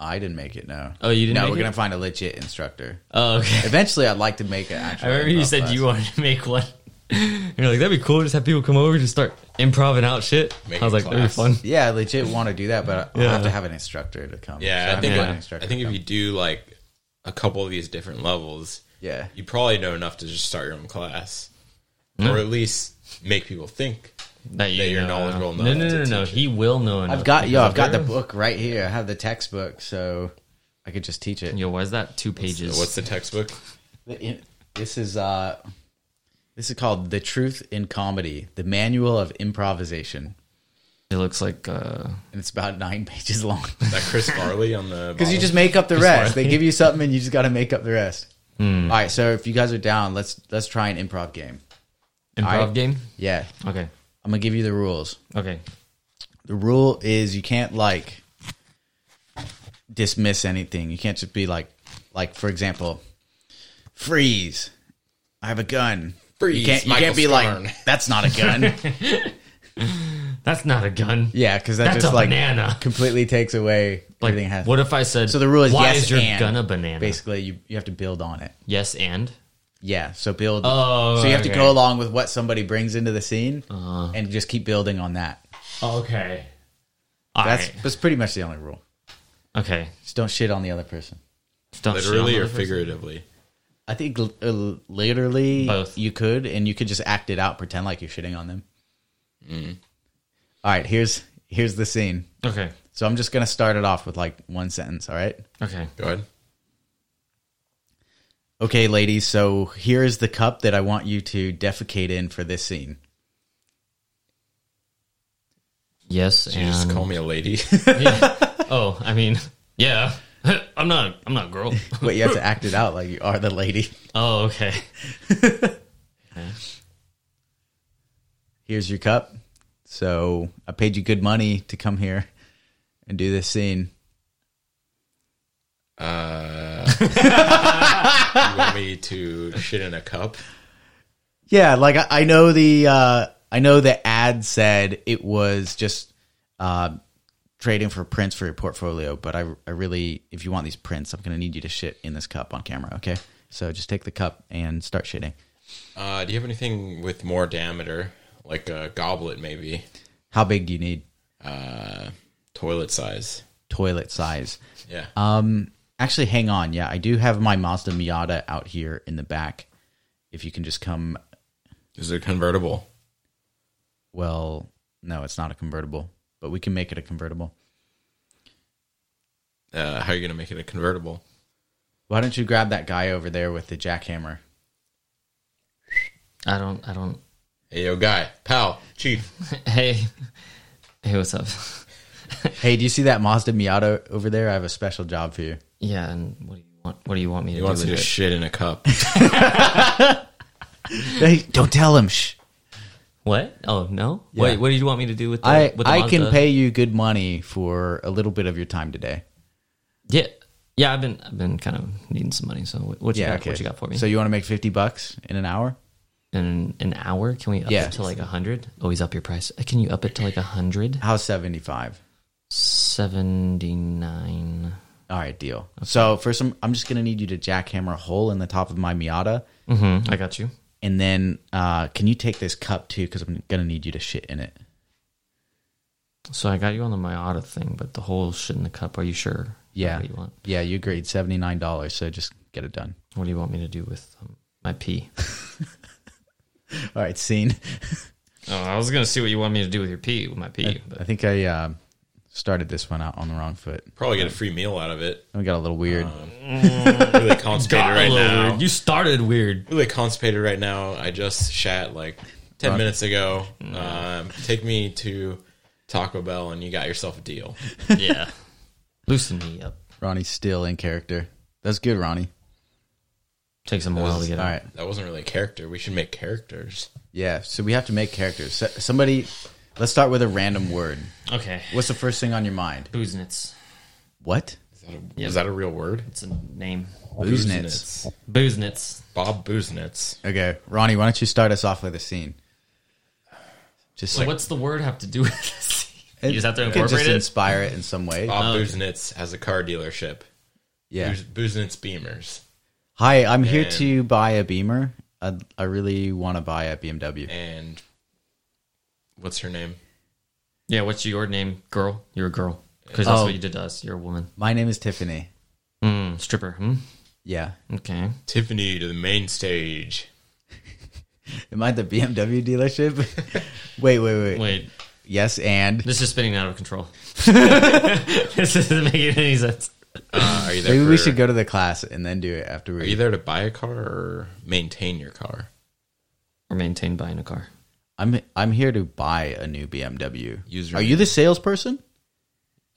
[SPEAKER 1] I didn't make it. No.
[SPEAKER 2] Oh, you didn't
[SPEAKER 1] No,
[SPEAKER 2] make
[SPEAKER 1] we're
[SPEAKER 2] it?
[SPEAKER 1] gonna find a legit instructor.
[SPEAKER 2] Oh, okay.
[SPEAKER 1] Eventually, I'd like to make an
[SPEAKER 2] I
[SPEAKER 1] actual.
[SPEAKER 2] remember you
[SPEAKER 1] improv
[SPEAKER 2] said
[SPEAKER 1] class.
[SPEAKER 2] you wanted to make one. You're like, that'd be cool. Just have people come over, just start improvising out shit.
[SPEAKER 3] Make
[SPEAKER 2] I was
[SPEAKER 3] a
[SPEAKER 2] like, that'd be
[SPEAKER 3] class.
[SPEAKER 2] fun.
[SPEAKER 1] Yeah, I legit want to do that, but I'll
[SPEAKER 2] Yeah.
[SPEAKER 1] have to have an instructor to come. So
[SPEAKER 3] Yeah, I
[SPEAKER 1] have
[SPEAKER 3] think
[SPEAKER 1] to
[SPEAKER 2] Yeah.
[SPEAKER 1] find an
[SPEAKER 3] I
[SPEAKER 1] instructor
[SPEAKER 3] think
[SPEAKER 1] to
[SPEAKER 3] if
[SPEAKER 1] come.
[SPEAKER 3] you do like a couple of these different levels,
[SPEAKER 1] yeah,
[SPEAKER 3] you probably know enough to just start your own class, or at least make people think.
[SPEAKER 2] That, you
[SPEAKER 3] That you're
[SPEAKER 2] know enough.
[SPEAKER 3] knowledgeable
[SPEAKER 2] No,
[SPEAKER 3] enough
[SPEAKER 2] no, no,
[SPEAKER 3] to
[SPEAKER 2] no.
[SPEAKER 3] teach
[SPEAKER 2] He will know enough.
[SPEAKER 1] I've got yo,
[SPEAKER 2] because
[SPEAKER 1] I've got the
[SPEAKER 2] there-
[SPEAKER 1] book right here. I have the textbook, so I could just teach it.
[SPEAKER 2] Yo, why is that two pages?
[SPEAKER 3] What's the textbook?
[SPEAKER 1] This is uh, this is called "The Truth in Comedy: The Manual of Improvisation,"
[SPEAKER 2] it looks like uh,
[SPEAKER 1] and it's about nine pages long.
[SPEAKER 3] That Chris Farley on the
[SPEAKER 1] Because you
[SPEAKER 3] bottom?
[SPEAKER 1] just make up the rest. They give you something, and you just got to make up the rest.
[SPEAKER 3] Hmm.
[SPEAKER 1] All right, so if you guys are down, let's let's try an improv game.
[SPEAKER 2] improv
[SPEAKER 1] I-
[SPEAKER 2] game.
[SPEAKER 1] Yeah,
[SPEAKER 2] Okay,
[SPEAKER 1] I'm gonna give you the rules.
[SPEAKER 2] okay.
[SPEAKER 1] the rule is you can't like dismiss anything. You can't just be like, like for example, freeze. I have a gun.
[SPEAKER 3] Freeze,
[SPEAKER 1] You can't, you
[SPEAKER 3] Michael
[SPEAKER 1] can't be
[SPEAKER 3] Scarn.
[SPEAKER 1] like that's not a gun.
[SPEAKER 2] That's not a gun.
[SPEAKER 1] yeah, because that
[SPEAKER 2] That's
[SPEAKER 1] just
[SPEAKER 2] a
[SPEAKER 1] like
[SPEAKER 2] banana.
[SPEAKER 1] completely takes away
[SPEAKER 2] Like,
[SPEAKER 1] everything. Has
[SPEAKER 2] what if I said?
[SPEAKER 1] so the rule is
[SPEAKER 2] why
[SPEAKER 1] yes
[SPEAKER 2] is your
[SPEAKER 1] and.
[SPEAKER 2] gun a banana?
[SPEAKER 1] Basically, you you have to build on it.
[SPEAKER 2] Yes and.
[SPEAKER 1] Yeah, so build.
[SPEAKER 2] Oh,
[SPEAKER 1] so you have to
[SPEAKER 2] okay. Uh-huh.
[SPEAKER 1] go along with what somebody brings into the scene and just keep building on that.
[SPEAKER 2] Oh, Okay. All right.
[SPEAKER 1] That's that's pretty much the only rule.
[SPEAKER 2] Okay.
[SPEAKER 1] Just don't shit on the other person.
[SPEAKER 2] Just don't shit on
[SPEAKER 3] literally
[SPEAKER 2] the
[SPEAKER 3] or
[SPEAKER 2] other person.
[SPEAKER 3] figuratively.
[SPEAKER 1] I think l- uh, literally
[SPEAKER 2] Both.
[SPEAKER 1] you could, and you could just act it out, pretend like you're shitting on them.
[SPEAKER 2] Mm-hmm.
[SPEAKER 1] All right, here's here's the scene.
[SPEAKER 2] Okay.
[SPEAKER 1] So I'm just gonna start it off with like one sentence. All right.
[SPEAKER 2] Okay.
[SPEAKER 3] Go ahead.
[SPEAKER 1] Okay, ladies. So here is the cup that I want you to defecate in for this scene.
[SPEAKER 2] Yes
[SPEAKER 3] You
[SPEAKER 2] and.
[SPEAKER 3] just call me a lady.
[SPEAKER 2] oh, I mean, yeah. I'm not. I'm not a girl.
[SPEAKER 1] But you have to act it out like you are the lady.
[SPEAKER 2] oh, okay.
[SPEAKER 1] Here's your cup. So I paid you good money to come here and do this scene.
[SPEAKER 3] you want me to shit in a cup?
[SPEAKER 1] Yeah, like I, I know the uh, I know the ad said it was just uh, trading for prints for your portfolio, but I, I really if you want these prints, I'm gonna need you to shit in this cup on camera. Okay, so just take the cup and start shitting.
[SPEAKER 3] Uh, do you have anything with more diameter, like a goblet, maybe?
[SPEAKER 1] How big do you need?
[SPEAKER 3] Toilet size.
[SPEAKER 1] Toilet size.
[SPEAKER 3] Yeah.
[SPEAKER 1] Um, actually, hang on. Yeah, I do have my Mazda Miata out here in the back. If you can just come,
[SPEAKER 3] Is it convertible?
[SPEAKER 1] well, no, it's not a convertible, but we can make it a convertible.
[SPEAKER 3] Uh, how are you going to make it a convertible?
[SPEAKER 1] Why don't you grab that guy over there with the jackhammer?
[SPEAKER 2] I don't. I don't.
[SPEAKER 3] Hey, yo, guy, pal, chief.
[SPEAKER 2] Hey, hey, what's up?
[SPEAKER 1] Hey, do you see that Mazda Miata over there? I have a special job for you.
[SPEAKER 2] yeah, and what do you want? What do you want me to
[SPEAKER 3] He
[SPEAKER 2] do
[SPEAKER 3] wants
[SPEAKER 2] with
[SPEAKER 3] to
[SPEAKER 2] it?
[SPEAKER 3] just shit in a cup.
[SPEAKER 1] Hey, don't tell him. Shh.
[SPEAKER 2] what? Oh no! Wait, what do you want me to do with? The,
[SPEAKER 1] I
[SPEAKER 2] with the
[SPEAKER 1] I can
[SPEAKER 2] Mazda?
[SPEAKER 1] pay you good money for a little bit of your time today.
[SPEAKER 2] Yeah, yeah. I've been I've been kind of needing some money. So what, what you got? What you got for me?
[SPEAKER 1] So you want to make fifty bucks in an hour?
[SPEAKER 2] in an hour? Can we up
[SPEAKER 1] Yeah.
[SPEAKER 2] it to like a hundred? Always up your price. Uh, Can you up it to like a hundred?
[SPEAKER 1] How's seventy five?
[SPEAKER 2] Seventy nine.
[SPEAKER 1] All right, deal. So first, I'm, I'm just gonna need you to jackhammer a hole in the top of my Miata,
[SPEAKER 2] Mm-hmm. I got you.
[SPEAKER 1] and then uh, can you take this cup too? Because I'm gonna need you to shit in it.
[SPEAKER 2] So I got you on the Miata thing, but the whole shit in the cup. Are you sure? That's
[SPEAKER 1] Yeah,
[SPEAKER 2] What do you want?
[SPEAKER 1] yeah. You agreed seventy nine dollars. So just get it done.
[SPEAKER 2] What do you want me to do with um, my pee?
[SPEAKER 1] All right, scene.
[SPEAKER 2] oh, I was gonna see what you want me to do with your pee with my pee. But
[SPEAKER 1] I think I uh, started this one out on the wrong foot.
[SPEAKER 3] Probably get a free meal out of it.
[SPEAKER 1] I got a little weird.
[SPEAKER 3] Really constipated right now.
[SPEAKER 2] You started weird.
[SPEAKER 3] Really constipated right now. I just shat like ten minutes ago. Um, take me to Taco Bell, and you got yourself a deal.
[SPEAKER 2] yeah. Loosen me up.
[SPEAKER 1] Ronnie's still in character. That's good, Ronnie.
[SPEAKER 2] Takes them a while to get
[SPEAKER 1] All
[SPEAKER 2] out.
[SPEAKER 1] right.
[SPEAKER 3] That wasn't really a character. We should make characters.
[SPEAKER 1] Yeah, so we have to make characters. So, somebody, let's start with a random word.
[SPEAKER 2] Okay.
[SPEAKER 1] What's the first thing on your mind?
[SPEAKER 2] Booznitz.
[SPEAKER 1] What?
[SPEAKER 3] Is that a, is that a real word?
[SPEAKER 2] It's a name.
[SPEAKER 1] Booznitz.
[SPEAKER 2] Booznitz.
[SPEAKER 3] Bob Booznitz.
[SPEAKER 1] Okay, Ronnie, why don't you start us off with a scene? Just
[SPEAKER 2] So
[SPEAKER 1] like,
[SPEAKER 2] what's the word have to do with this?
[SPEAKER 1] it
[SPEAKER 2] You just have to
[SPEAKER 1] could
[SPEAKER 2] incorporate
[SPEAKER 1] just
[SPEAKER 2] it.
[SPEAKER 1] inspire it Uh, in some way.
[SPEAKER 3] Bob Booznitz has a car dealership.
[SPEAKER 1] yeah.
[SPEAKER 3] Booz- Booznitz Beamers.
[SPEAKER 1] Hi, I'm here
[SPEAKER 3] And-
[SPEAKER 1] to buy a Beamer. I, I really want to buy a BMW.
[SPEAKER 3] And what's her name?
[SPEAKER 2] yeah. What's your name, girl? You're a girl because that's
[SPEAKER 1] Oh.
[SPEAKER 2] what you did to us. You're a woman.
[SPEAKER 1] My name is Tiffany.
[SPEAKER 2] Mm, stripper. Hmm.
[SPEAKER 1] Yeah.
[SPEAKER 2] Okay.
[SPEAKER 3] Tiffany to the main stage.
[SPEAKER 1] Am I at the BMW dealership? wait, wait, wait,
[SPEAKER 2] Wait.
[SPEAKER 1] Yes, and
[SPEAKER 2] This is spinning out of control. this doesn't make any sense.
[SPEAKER 3] Uh, are you there?
[SPEAKER 1] maybe
[SPEAKER 3] for,
[SPEAKER 1] we should go to the class and then do it after
[SPEAKER 3] Are you
[SPEAKER 1] we.
[SPEAKER 3] there to buy a car or maintain your car?
[SPEAKER 2] Or maintained by in a car.
[SPEAKER 1] I'm I'm here to buy a new BMW.
[SPEAKER 3] User
[SPEAKER 1] Are you the salesperson?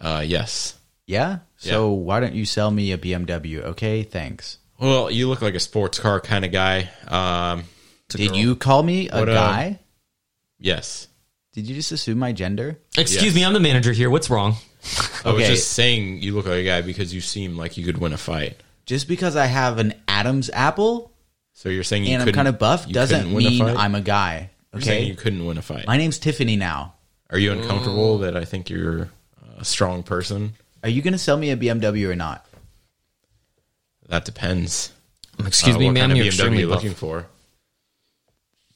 [SPEAKER 3] Uh, yes.
[SPEAKER 1] Yeah. So why don't you sell me a BMW? Okay, thanks.
[SPEAKER 3] Well, you look like a sports car kind of guy. Um,
[SPEAKER 1] Did you call me a
[SPEAKER 3] What, uh,
[SPEAKER 1] guy?
[SPEAKER 3] yes.
[SPEAKER 1] Did you just assume my gender?
[SPEAKER 2] Excuse
[SPEAKER 3] Yes.
[SPEAKER 2] me, I'm the manager here. What's wrong?
[SPEAKER 3] I was
[SPEAKER 1] Okay.
[SPEAKER 3] just saying you look like a guy because you seem like you could win a fight.
[SPEAKER 1] Just because I have an Adam's apple
[SPEAKER 3] So you're saying you
[SPEAKER 1] and I'm
[SPEAKER 3] couldn't-
[SPEAKER 1] kind of buff
[SPEAKER 3] you
[SPEAKER 1] doesn't
[SPEAKER 3] couldn't win a
[SPEAKER 1] mean
[SPEAKER 3] fight?
[SPEAKER 1] I'm a guy.
[SPEAKER 3] You're saying
[SPEAKER 1] Okay.
[SPEAKER 3] you couldn't win a fight.
[SPEAKER 1] my name's Tiffany now.
[SPEAKER 3] Are you uncomfortable that I think you're a strong person?
[SPEAKER 1] Are you going to sell me a BMW or not?
[SPEAKER 3] That depends.
[SPEAKER 2] Um, Excuse
[SPEAKER 3] Uh,
[SPEAKER 2] me,
[SPEAKER 3] what
[SPEAKER 2] ma'am.
[SPEAKER 3] kind of
[SPEAKER 2] You're
[SPEAKER 3] BMW
[SPEAKER 2] extremely
[SPEAKER 3] you
[SPEAKER 2] buff.
[SPEAKER 3] looking for?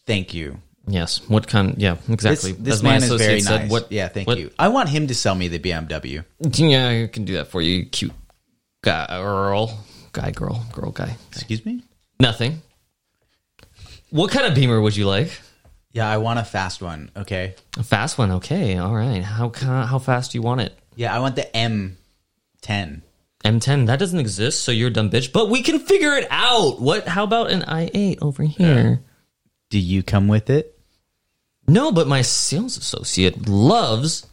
[SPEAKER 1] Thank you.
[SPEAKER 2] Yes. What kind? Yeah.
[SPEAKER 1] This,
[SPEAKER 2] Exactly.
[SPEAKER 1] this
[SPEAKER 2] As my
[SPEAKER 1] man is
[SPEAKER 2] associate
[SPEAKER 1] very
[SPEAKER 2] said,
[SPEAKER 1] nice.
[SPEAKER 2] What?
[SPEAKER 1] yeah, thank
[SPEAKER 2] what-
[SPEAKER 1] you. I want him to sell me the BMW.
[SPEAKER 2] Yeah, I can do that for you, you cute guy, girl, guy, girl, girl, guy.
[SPEAKER 1] Excuse me?
[SPEAKER 2] Nothing. What kind of Beamer would you like?
[SPEAKER 1] Yeah, I want a fast one. Okay.
[SPEAKER 2] A fast one. Okay. All right. How ca- how fast do you want it?
[SPEAKER 1] Yeah, I want the M10.
[SPEAKER 2] M10. That doesn't exist. So you're a dumb bitch. But we can figure it out. What? How about an i8 over here?
[SPEAKER 1] Do you come with it?
[SPEAKER 2] No, but my sales associate loves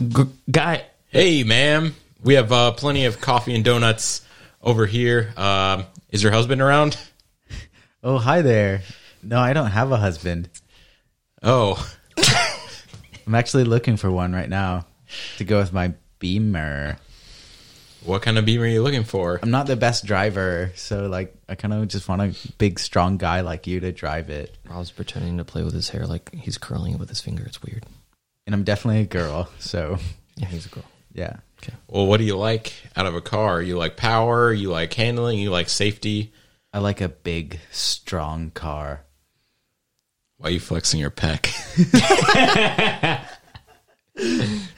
[SPEAKER 2] g- guy.
[SPEAKER 3] Hey, ma'am. We have uh, plenty of coffee and donuts over here. Um, is your husband around?
[SPEAKER 1] Oh, hi there. No, I don't have a husband.
[SPEAKER 3] Oh,
[SPEAKER 1] I'm actually looking for one right now to go with my Beamer.
[SPEAKER 3] what kind of beamer are you looking for?
[SPEAKER 1] I'm not the best driver, so like I kind of just want a big, strong guy like you to drive it.
[SPEAKER 2] Rob's pretending to play with his hair like he's curling it with his finger. It's weird.
[SPEAKER 1] And I'm definitely a girl, so
[SPEAKER 2] Yeah, he's a girl.
[SPEAKER 1] yeah.
[SPEAKER 3] Well, what do you like out of a car? You like power? You like handling? You like safety?
[SPEAKER 1] I like a big, strong car.
[SPEAKER 3] Why are you flexing your pec?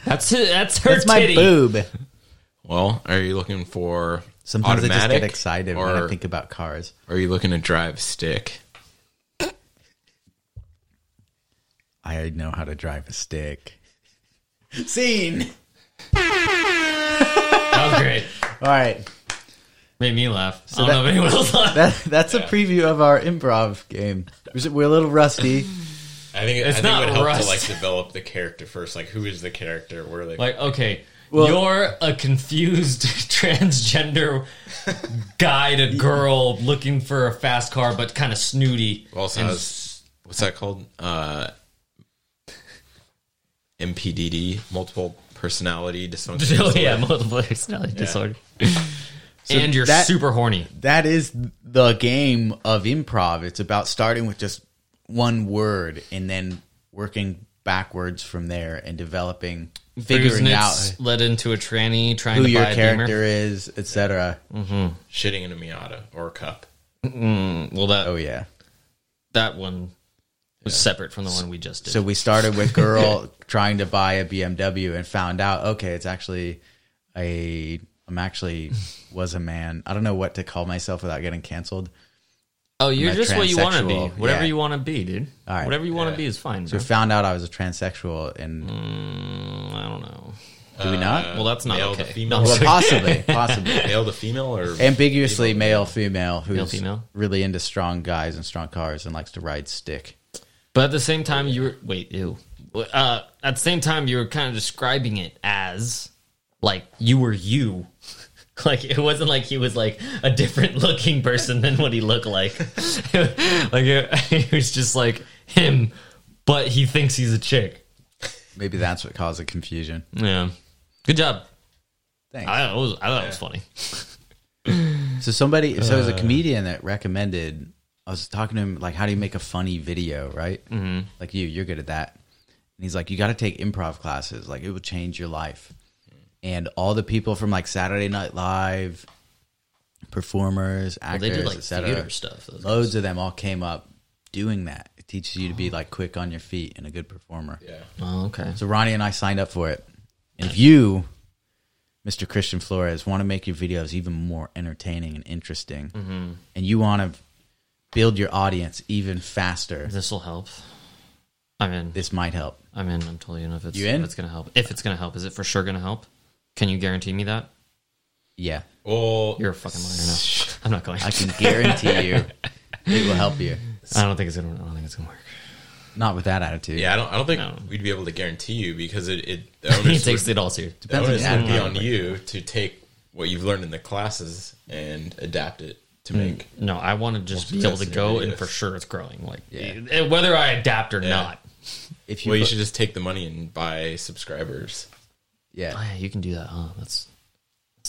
[SPEAKER 2] That's that's her
[SPEAKER 1] That's my
[SPEAKER 2] titty.
[SPEAKER 1] boob.
[SPEAKER 3] Well, are you looking for
[SPEAKER 1] Sometimes I just
[SPEAKER 3] automatic,
[SPEAKER 1] get excited when
[SPEAKER 3] or
[SPEAKER 1] I think about cars.
[SPEAKER 3] are you looking to drive stick?
[SPEAKER 1] I know how to drive a stick. Scene.
[SPEAKER 2] That was great.
[SPEAKER 1] All right.
[SPEAKER 2] Made me laugh. I don't know if anyone else laughed.
[SPEAKER 1] That, that's a preview of our improv game. We're a little rusty.
[SPEAKER 3] I think it's I think
[SPEAKER 2] not
[SPEAKER 3] it would help
[SPEAKER 2] rust.
[SPEAKER 3] to like develop the character first. Like, who is the character? Where they?
[SPEAKER 2] like, okay, you're a confused transgender guy to girl looking for a fast car, but kind of snooty.
[SPEAKER 3] also
[SPEAKER 2] And
[SPEAKER 3] has, what's that called? Uh, MPDD, multiple personality dysfunction.
[SPEAKER 2] Oh, yeah, multiple personality disorder. and you're
[SPEAKER 1] that-
[SPEAKER 2] super horny.
[SPEAKER 1] that is the game of improv. It's about starting with just one word and then working backwards from there and developing, figuring out
[SPEAKER 2] Bruce Nitz led into a tranny trying
[SPEAKER 1] who
[SPEAKER 2] to
[SPEAKER 1] your
[SPEAKER 2] buy a
[SPEAKER 1] character is, etc.
[SPEAKER 3] Shitting in a Miata or a cup.
[SPEAKER 2] Beamer. Well, that
[SPEAKER 1] Oh yeah.
[SPEAKER 2] that one was separate from the one we just did.
[SPEAKER 1] So we started with girl trying to buy a BMW and found out okay, it's actually a I'm actually was a man. I don't know what to call myself without getting canceled.
[SPEAKER 2] oh, you're
[SPEAKER 1] I'm a
[SPEAKER 2] just what you want to be.
[SPEAKER 1] transsexual.
[SPEAKER 2] Whatever
[SPEAKER 1] Yeah.
[SPEAKER 2] you want to be, dude.
[SPEAKER 1] right.
[SPEAKER 2] Whatever you want to
[SPEAKER 3] Yeah.
[SPEAKER 2] be is fine.
[SPEAKER 1] So
[SPEAKER 2] bro.
[SPEAKER 1] found out I was a transsexual and
[SPEAKER 2] I don't know.
[SPEAKER 1] do we not?
[SPEAKER 2] Well, that's not
[SPEAKER 3] male to
[SPEAKER 2] okay.
[SPEAKER 3] female.
[SPEAKER 2] No, I'm
[SPEAKER 1] well,
[SPEAKER 2] sorry.
[SPEAKER 1] possibly, possibly.
[SPEAKER 3] Male to female or
[SPEAKER 1] ambiguously male female who's
[SPEAKER 2] female.
[SPEAKER 1] really into strong guys and strong cars and likes to ride stick
[SPEAKER 2] But at the same time, you were wait, ew. Uh, at the same time, you were kind of describing it as like you were you. Like it wasn't like he was like a different looking person than what he looked like. like it, it was just like him, but he thinks he's a chick. Mm-hmm.
[SPEAKER 1] maybe that's what caused the confusion
[SPEAKER 2] Yeah. Good job.
[SPEAKER 1] thanks
[SPEAKER 2] I, it was, I thought it was funny.
[SPEAKER 1] so somebody so it
[SPEAKER 2] Uh.
[SPEAKER 1] was a comedian that recommended i was talking to him like how do you make a funny video right mm-hmm. like you you're good at that and he's like you got to take improv classes like it will change your life and all the people from like saturday night live performers
[SPEAKER 2] They
[SPEAKER 1] actors
[SPEAKER 2] did like
[SPEAKER 1] etc
[SPEAKER 2] theater stuff. Those-
[SPEAKER 1] loads of them all came up doing that it teaches you to be like quick on your feet and a good performer
[SPEAKER 3] yeah.
[SPEAKER 2] Oh, okay.
[SPEAKER 1] So Ronnie and I signed up for it. And if you, Mr. Christian Flores, want to make your videos even more entertaining and interesting, and you want to build your audience even faster,
[SPEAKER 2] This will help. I'm in.
[SPEAKER 1] this might help.
[SPEAKER 2] I'm in. I'm totally in. If it's,
[SPEAKER 1] You in?
[SPEAKER 2] if it's going to help. If it's going to help. Is it for sure going to help? Can you guarantee me that?
[SPEAKER 1] Yeah,
[SPEAKER 3] Well,
[SPEAKER 2] You're a fucking liar. No, I'm not going.
[SPEAKER 1] I
[SPEAKER 2] I,
[SPEAKER 1] can guarantee you it will help you.
[SPEAKER 2] don't think it's gonna. I don't think it's gonna work.
[SPEAKER 1] Not with that attitude.
[SPEAKER 3] yeah. I don't. I don't think
[SPEAKER 2] No.
[SPEAKER 3] we'd be able to guarantee you because it. it
[SPEAKER 1] Oh,
[SPEAKER 3] the
[SPEAKER 2] He
[SPEAKER 3] onus would
[SPEAKER 2] takes it all serious.
[SPEAKER 3] The
[SPEAKER 1] Depends on
[SPEAKER 3] onus
[SPEAKER 1] the
[SPEAKER 3] would be on
[SPEAKER 1] attitude.
[SPEAKER 3] you to take what you've learned in the classes and adapt it to
[SPEAKER 2] Hmm.
[SPEAKER 3] make.
[SPEAKER 2] No, I want to just be able to
[SPEAKER 3] success in
[SPEAKER 2] go,
[SPEAKER 3] your
[SPEAKER 2] and
[SPEAKER 3] videos.
[SPEAKER 2] for sure it's growing. Like eh, whether I adapt or not,
[SPEAKER 1] If you,
[SPEAKER 3] Well, you
[SPEAKER 1] put-
[SPEAKER 3] should just take the money and buy subscribers.
[SPEAKER 2] Oh,
[SPEAKER 1] yeah,
[SPEAKER 2] yeah, you can do that. Huh? That's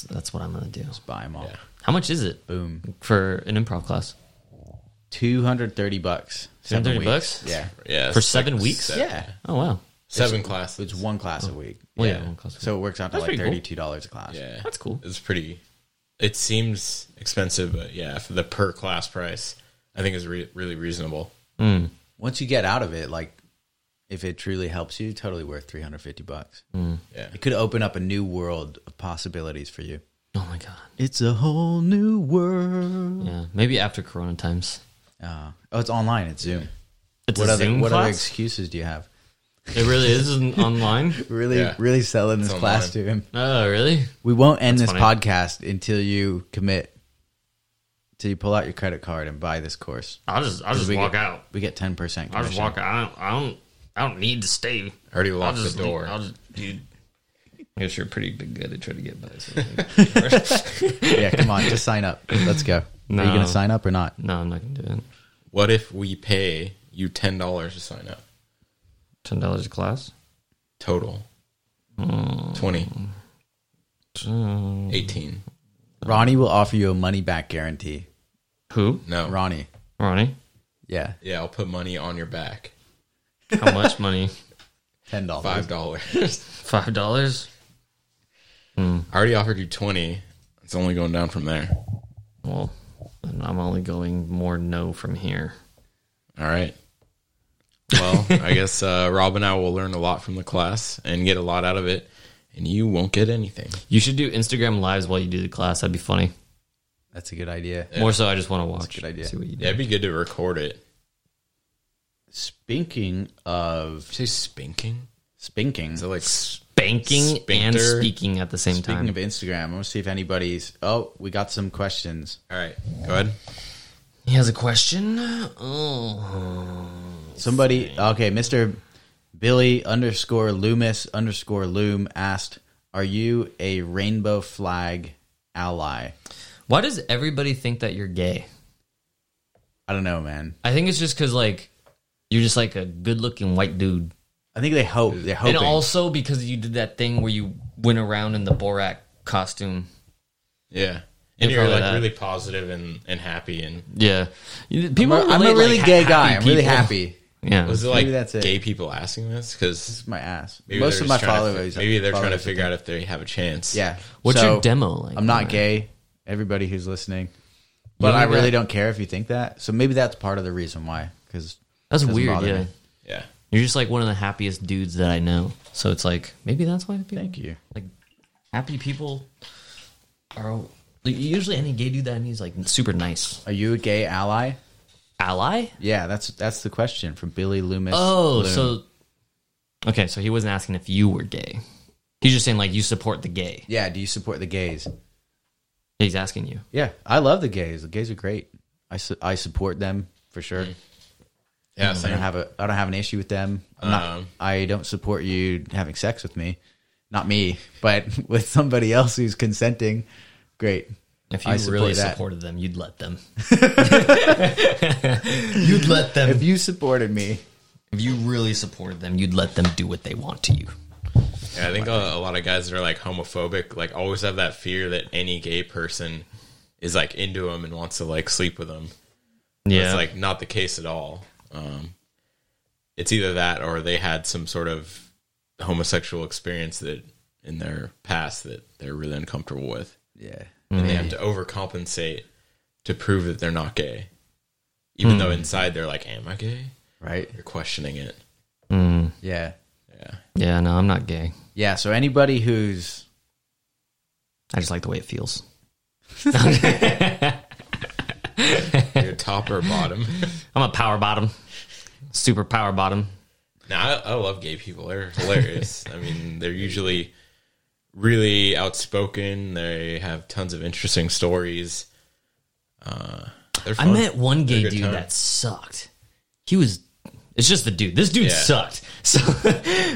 [SPEAKER 2] that's what I'm gonna do.
[SPEAKER 1] buy them all.
[SPEAKER 3] Yeah.
[SPEAKER 2] How much is it
[SPEAKER 1] Boom,
[SPEAKER 2] for an improv class?
[SPEAKER 1] two hundred thirty bucks. Seven
[SPEAKER 2] 230
[SPEAKER 1] weeks.
[SPEAKER 2] bucks?
[SPEAKER 1] Yeah,
[SPEAKER 3] Yeah,
[SPEAKER 2] For
[SPEAKER 3] it's like
[SPEAKER 2] seven weeks?
[SPEAKER 3] se-
[SPEAKER 1] yeah.
[SPEAKER 2] Oh wow,
[SPEAKER 3] seven classes.
[SPEAKER 1] It's one class a week.
[SPEAKER 2] well, yeah,
[SPEAKER 3] Yeah.
[SPEAKER 2] one class.
[SPEAKER 1] So it works out to
[SPEAKER 2] That's
[SPEAKER 1] like
[SPEAKER 2] pretty cool.
[SPEAKER 1] thirty-two dollars a class.
[SPEAKER 3] yeah,
[SPEAKER 2] That's cool.
[SPEAKER 3] It's pretty. It seems expensive, but yeah, for the per class price, I think is re- really reasonable.
[SPEAKER 1] once you get out of it, like if it truly helps you, totally worth 350 bucks.
[SPEAKER 3] Yeah,
[SPEAKER 1] It could open up a new world of possibilities for you.
[SPEAKER 2] oh my god,
[SPEAKER 1] It's a whole new world.
[SPEAKER 2] yeah. Maybe after Corona times,
[SPEAKER 1] Uh, oh, it's online. It's Zoom.
[SPEAKER 2] it's
[SPEAKER 1] what
[SPEAKER 2] a
[SPEAKER 1] other
[SPEAKER 2] Zoom
[SPEAKER 1] what other
[SPEAKER 2] class.
[SPEAKER 1] excuses do you have?
[SPEAKER 2] it really is an- online.
[SPEAKER 1] Really,
[SPEAKER 3] Yeah.
[SPEAKER 1] really selling this
[SPEAKER 3] It's
[SPEAKER 1] class to
[SPEAKER 3] online.
[SPEAKER 1] him.
[SPEAKER 2] Oh really?
[SPEAKER 1] We won't end this
[SPEAKER 2] funny.
[SPEAKER 1] podcast until you commit, till you pull out your credit card and buy this course.
[SPEAKER 2] I'll just I'll just
[SPEAKER 1] we
[SPEAKER 2] walk
[SPEAKER 1] get-
[SPEAKER 2] out.
[SPEAKER 1] We get 10 percent.
[SPEAKER 2] I'll just walk out. I don't. I don't. I don't need to stay.
[SPEAKER 3] I already locked
[SPEAKER 2] I'll
[SPEAKER 3] the
[SPEAKER 2] just
[SPEAKER 3] door.
[SPEAKER 2] I'll just, dude. I guess you're a pretty big guy to try to get by. So
[SPEAKER 1] Yeah, come on, just sign up. Let's go. Are you
[SPEAKER 2] No.
[SPEAKER 1] going to sign up or not?
[SPEAKER 2] no, I'm not gonna do it.
[SPEAKER 3] what if we pay you ten dollars to sign up
[SPEAKER 2] Ten dollars a class.
[SPEAKER 3] total?
[SPEAKER 1] Hmm.
[SPEAKER 3] 20, 18.
[SPEAKER 1] Ronnie will offer you a money back guarantee.
[SPEAKER 2] Who?
[SPEAKER 3] No,
[SPEAKER 1] Ronnie,
[SPEAKER 2] Ronnie.
[SPEAKER 1] yeah,
[SPEAKER 3] yeah, I'll put money on your back.
[SPEAKER 2] How much money?
[SPEAKER 1] ten dollars.
[SPEAKER 3] Five dollars.
[SPEAKER 2] Five dollars.
[SPEAKER 3] I already offered you twenty. It's only going down from there.
[SPEAKER 2] Well, then I'm only going more no from here.
[SPEAKER 3] All right. Well, I guess uh, Rob and I will learn a lot from the class and get a lot out of it, and you won't get anything.
[SPEAKER 2] You should do Instagram lives while you do the class. That'd be funny.
[SPEAKER 1] That's a good idea.
[SPEAKER 2] More so, I just want to watch.
[SPEAKER 1] good idea.
[SPEAKER 2] See what you do.
[SPEAKER 3] Yeah, it'd be good to record it.
[SPEAKER 1] Speaking of
[SPEAKER 3] Did you say spinking?
[SPEAKER 1] spinking,
[SPEAKER 3] Is it like
[SPEAKER 2] Banking and
[SPEAKER 3] Sphincter.
[SPEAKER 2] speaking at the same
[SPEAKER 1] speaking
[SPEAKER 2] time.
[SPEAKER 1] of Instagram, I want to see if anybody's. Oh, we got some questions.
[SPEAKER 3] all right? Go ahead.
[SPEAKER 2] he has a question. Oh,
[SPEAKER 1] Somebody, okay, Mister Billy underscore Loomis underscore Loom asked, "Are you a rainbow flag ally?"
[SPEAKER 2] why does everybody think that you're gay?
[SPEAKER 1] I don't know, man.
[SPEAKER 2] I think it's just because like you're just like a good-looking white dude,
[SPEAKER 1] I think they hope they're hoping.
[SPEAKER 2] and also because you did that thing where you went around in the Borat costume.
[SPEAKER 3] Yeah,
[SPEAKER 2] Yeah,
[SPEAKER 3] and you're
[SPEAKER 2] probably
[SPEAKER 3] like
[SPEAKER 2] that.
[SPEAKER 3] really positive and and happy. And
[SPEAKER 2] Yeah, You- people.
[SPEAKER 1] I'm a- I'm a
[SPEAKER 2] relate, like,
[SPEAKER 1] really
[SPEAKER 2] ha-
[SPEAKER 1] gay
[SPEAKER 2] happy
[SPEAKER 1] guy. I'm really
[SPEAKER 2] people.
[SPEAKER 1] happy.
[SPEAKER 2] Yeah,
[SPEAKER 3] was it like
[SPEAKER 1] Maybe that's it.
[SPEAKER 3] gay people asking this because
[SPEAKER 1] It's my ass.
[SPEAKER 3] Maybe
[SPEAKER 1] Most
[SPEAKER 3] they're
[SPEAKER 1] of my
[SPEAKER 3] just trying to fi-
[SPEAKER 1] followers.
[SPEAKER 3] maybe they're trying to
[SPEAKER 1] followers-
[SPEAKER 3] figure out if they have a chance.
[SPEAKER 1] Yeah.
[SPEAKER 2] What's
[SPEAKER 1] So,
[SPEAKER 2] your demo like?
[SPEAKER 1] I'm not
[SPEAKER 2] Ryan?
[SPEAKER 1] gay. Everybody who's listening, but
[SPEAKER 2] don't
[SPEAKER 1] I
[SPEAKER 2] like
[SPEAKER 1] really
[SPEAKER 2] that?
[SPEAKER 1] don't care if you think that. So maybe that's part of the reason why. Because
[SPEAKER 2] That's
[SPEAKER 1] Doesn't
[SPEAKER 2] weird.
[SPEAKER 1] bother
[SPEAKER 2] Yeah,
[SPEAKER 1] me.
[SPEAKER 3] yeah.
[SPEAKER 2] you're just like one of the happiest dudes that I know. So it's like maybe that's why people
[SPEAKER 1] thank you.
[SPEAKER 2] like happy people are like, usually any gay dude that I meet is like super nice
[SPEAKER 1] Are you a gay ally?
[SPEAKER 2] ally.
[SPEAKER 1] Yeah, that's that's the question from Billy Loomis.
[SPEAKER 2] Oh,
[SPEAKER 1] Loom.
[SPEAKER 2] so okay, so he wasn't asking if you were gay. He's just saying like you support the gay.
[SPEAKER 1] yeah. Do you support the gays?
[SPEAKER 2] He's asking you.
[SPEAKER 1] Yeah, I love the gays. The gays are great. I su- I support them for sure.
[SPEAKER 2] Mm.
[SPEAKER 3] Yeah,
[SPEAKER 1] I don't
[SPEAKER 3] same.
[SPEAKER 1] have a I don't have an issue with them. I'm not,
[SPEAKER 3] Um,
[SPEAKER 1] I don't support you having sex with me, not me, but with somebody else who's consenting. Great.
[SPEAKER 2] If you
[SPEAKER 1] I support
[SPEAKER 2] really
[SPEAKER 1] that.
[SPEAKER 2] supported them, you'd let them. you'd let them.
[SPEAKER 1] If you supported me,
[SPEAKER 2] If you really supported them, you'd let them do what they want to you.
[SPEAKER 3] Yeah, I think a, a lot of guys that are like homophobic, like always have that fear that any gay person is like into them and wants to like sleep with them.
[SPEAKER 2] Yeah,
[SPEAKER 3] It's like not the case at all. Um, it's either that or they had some sort of homosexual experience that in their past that they're really uncomfortable with,
[SPEAKER 1] yeah.
[SPEAKER 2] Mm.
[SPEAKER 3] and they have to
[SPEAKER 1] Mm-hmm.
[SPEAKER 3] overcompensate to prove that they're not gay, even though
[SPEAKER 1] Hmm.
[SPEAKER 3] inside they're like, "Am I gay?"
[SPEAKER 1] Right?
[SPEAKER 3] You're questioning it.
[SPEAKER 1] Yeah.
[SPEAKER 3] Yeah.
[SPEAKER 2] yeah. No, I'm not gay.
[SPEAKER 1] Yeah, so anybody who's
[SPEAKER 2] I just like the way it feels.
[SPEAKER 3] Your top or bottom?
[SPEAKER 2] I'm a power bottom, super power bottom.
[SPEAKER 3] No, I, I love gay people. They're hilarious. I mean, they're usually really outspoken. They have tons of interesting stories. Uh, they're
[SPEAKER 2] I
[SPEAKER 3] fun.
[SPEAKER 2] met one
[SPEAKER 3] They're a
[SPEAKER 2] gay
[SPEAKER 3] good
[SPEAKER 2] dude
[SPEAKER 3] time.
[SPEAKER 2] that sucked. He was. It's just the dude. This dude
[SPEAKER 3] Yeah.
[SPEAKER 2] sucked. So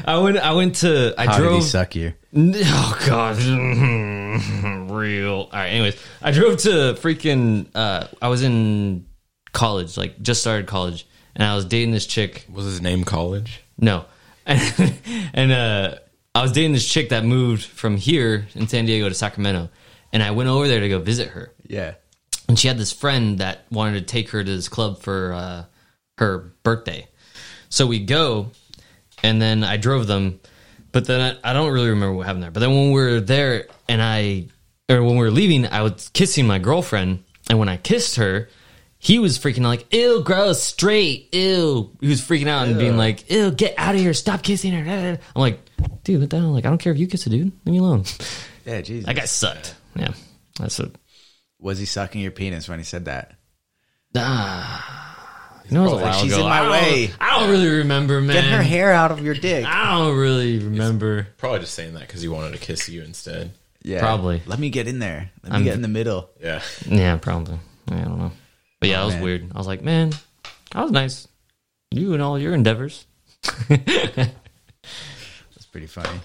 [SPEAKER 2] I went. I went to. I
[SPEAKER 1] how did he
[SPEAKER 2] drove.
[SPEAKER 1] suck you?
[SPEAKER 2] Oh god, real. All right. Anyways, I drove to freaking. Uh, I was in college, like just started college, and I was dating this chick.
[SPEAKER 3] Was his name college?
[SPEAKER 2] No, and, and uh, I was dating this chick that moved from here in San Diego to Sacramento, and I went over there to go visit her
[SPEAKER 1] Yeah.
[SPEAKER 2] and she had this friend that wanted to take her to this club for uh, her birthday. So we go, and then I drove them, but then I, I don't really remember what happened there. But then when we were there, and I, or when we were leaving, I was kissing my girlfriend, and when I kissed her, he was freaking out like, ew, gross, straight, ew. He was freaking out and being like, ew, get out of here, stop kissing her. I'm like, dude, what the hell? Like, I don't care if you kiss a dude, leave me alone.
[SPEAKER 1] Yeah, Jesus.
[SPEAKER 2] That guy sucked. Yeah, that's it.
[SPEAKER 1] Was he sucking your penis when he said that?
[SPEAKER 2] You know, it was a
[SPEAKER 1] Like,
[SPEAKER 2] while
[SPEAKER 1] Oh, she's
[SPEAKER 2] ago.
[SPEAKER 1] in my
[SPEAKER 2] I don't-
[SPEAKER 1] way.
[SPEAKER 2] I don't really remember, man.
[SPEAKER 1] Get her hair out of your dick.
[SPEAKER 2] I don't really remember.
[SPEAKER 3] Probably just saying that because he wanted to kiss you instead.
[SPEAKER 1] Yeah.
[SPEAKER 2] Probably.
[SPEAKER 1] Let me get in there. Let me get in the middle.
[SPEAKER 3] Yeah.
[SPEAKER 2] Yeah, probably. Yeah, I don't know. But yeah, it was
[SPEAKER 1] Oh, man.
[SPEAKER 2] weird. I was like, man, I was nice. You and all your endeavors.
[SPEAKER 1] That's pretty funny.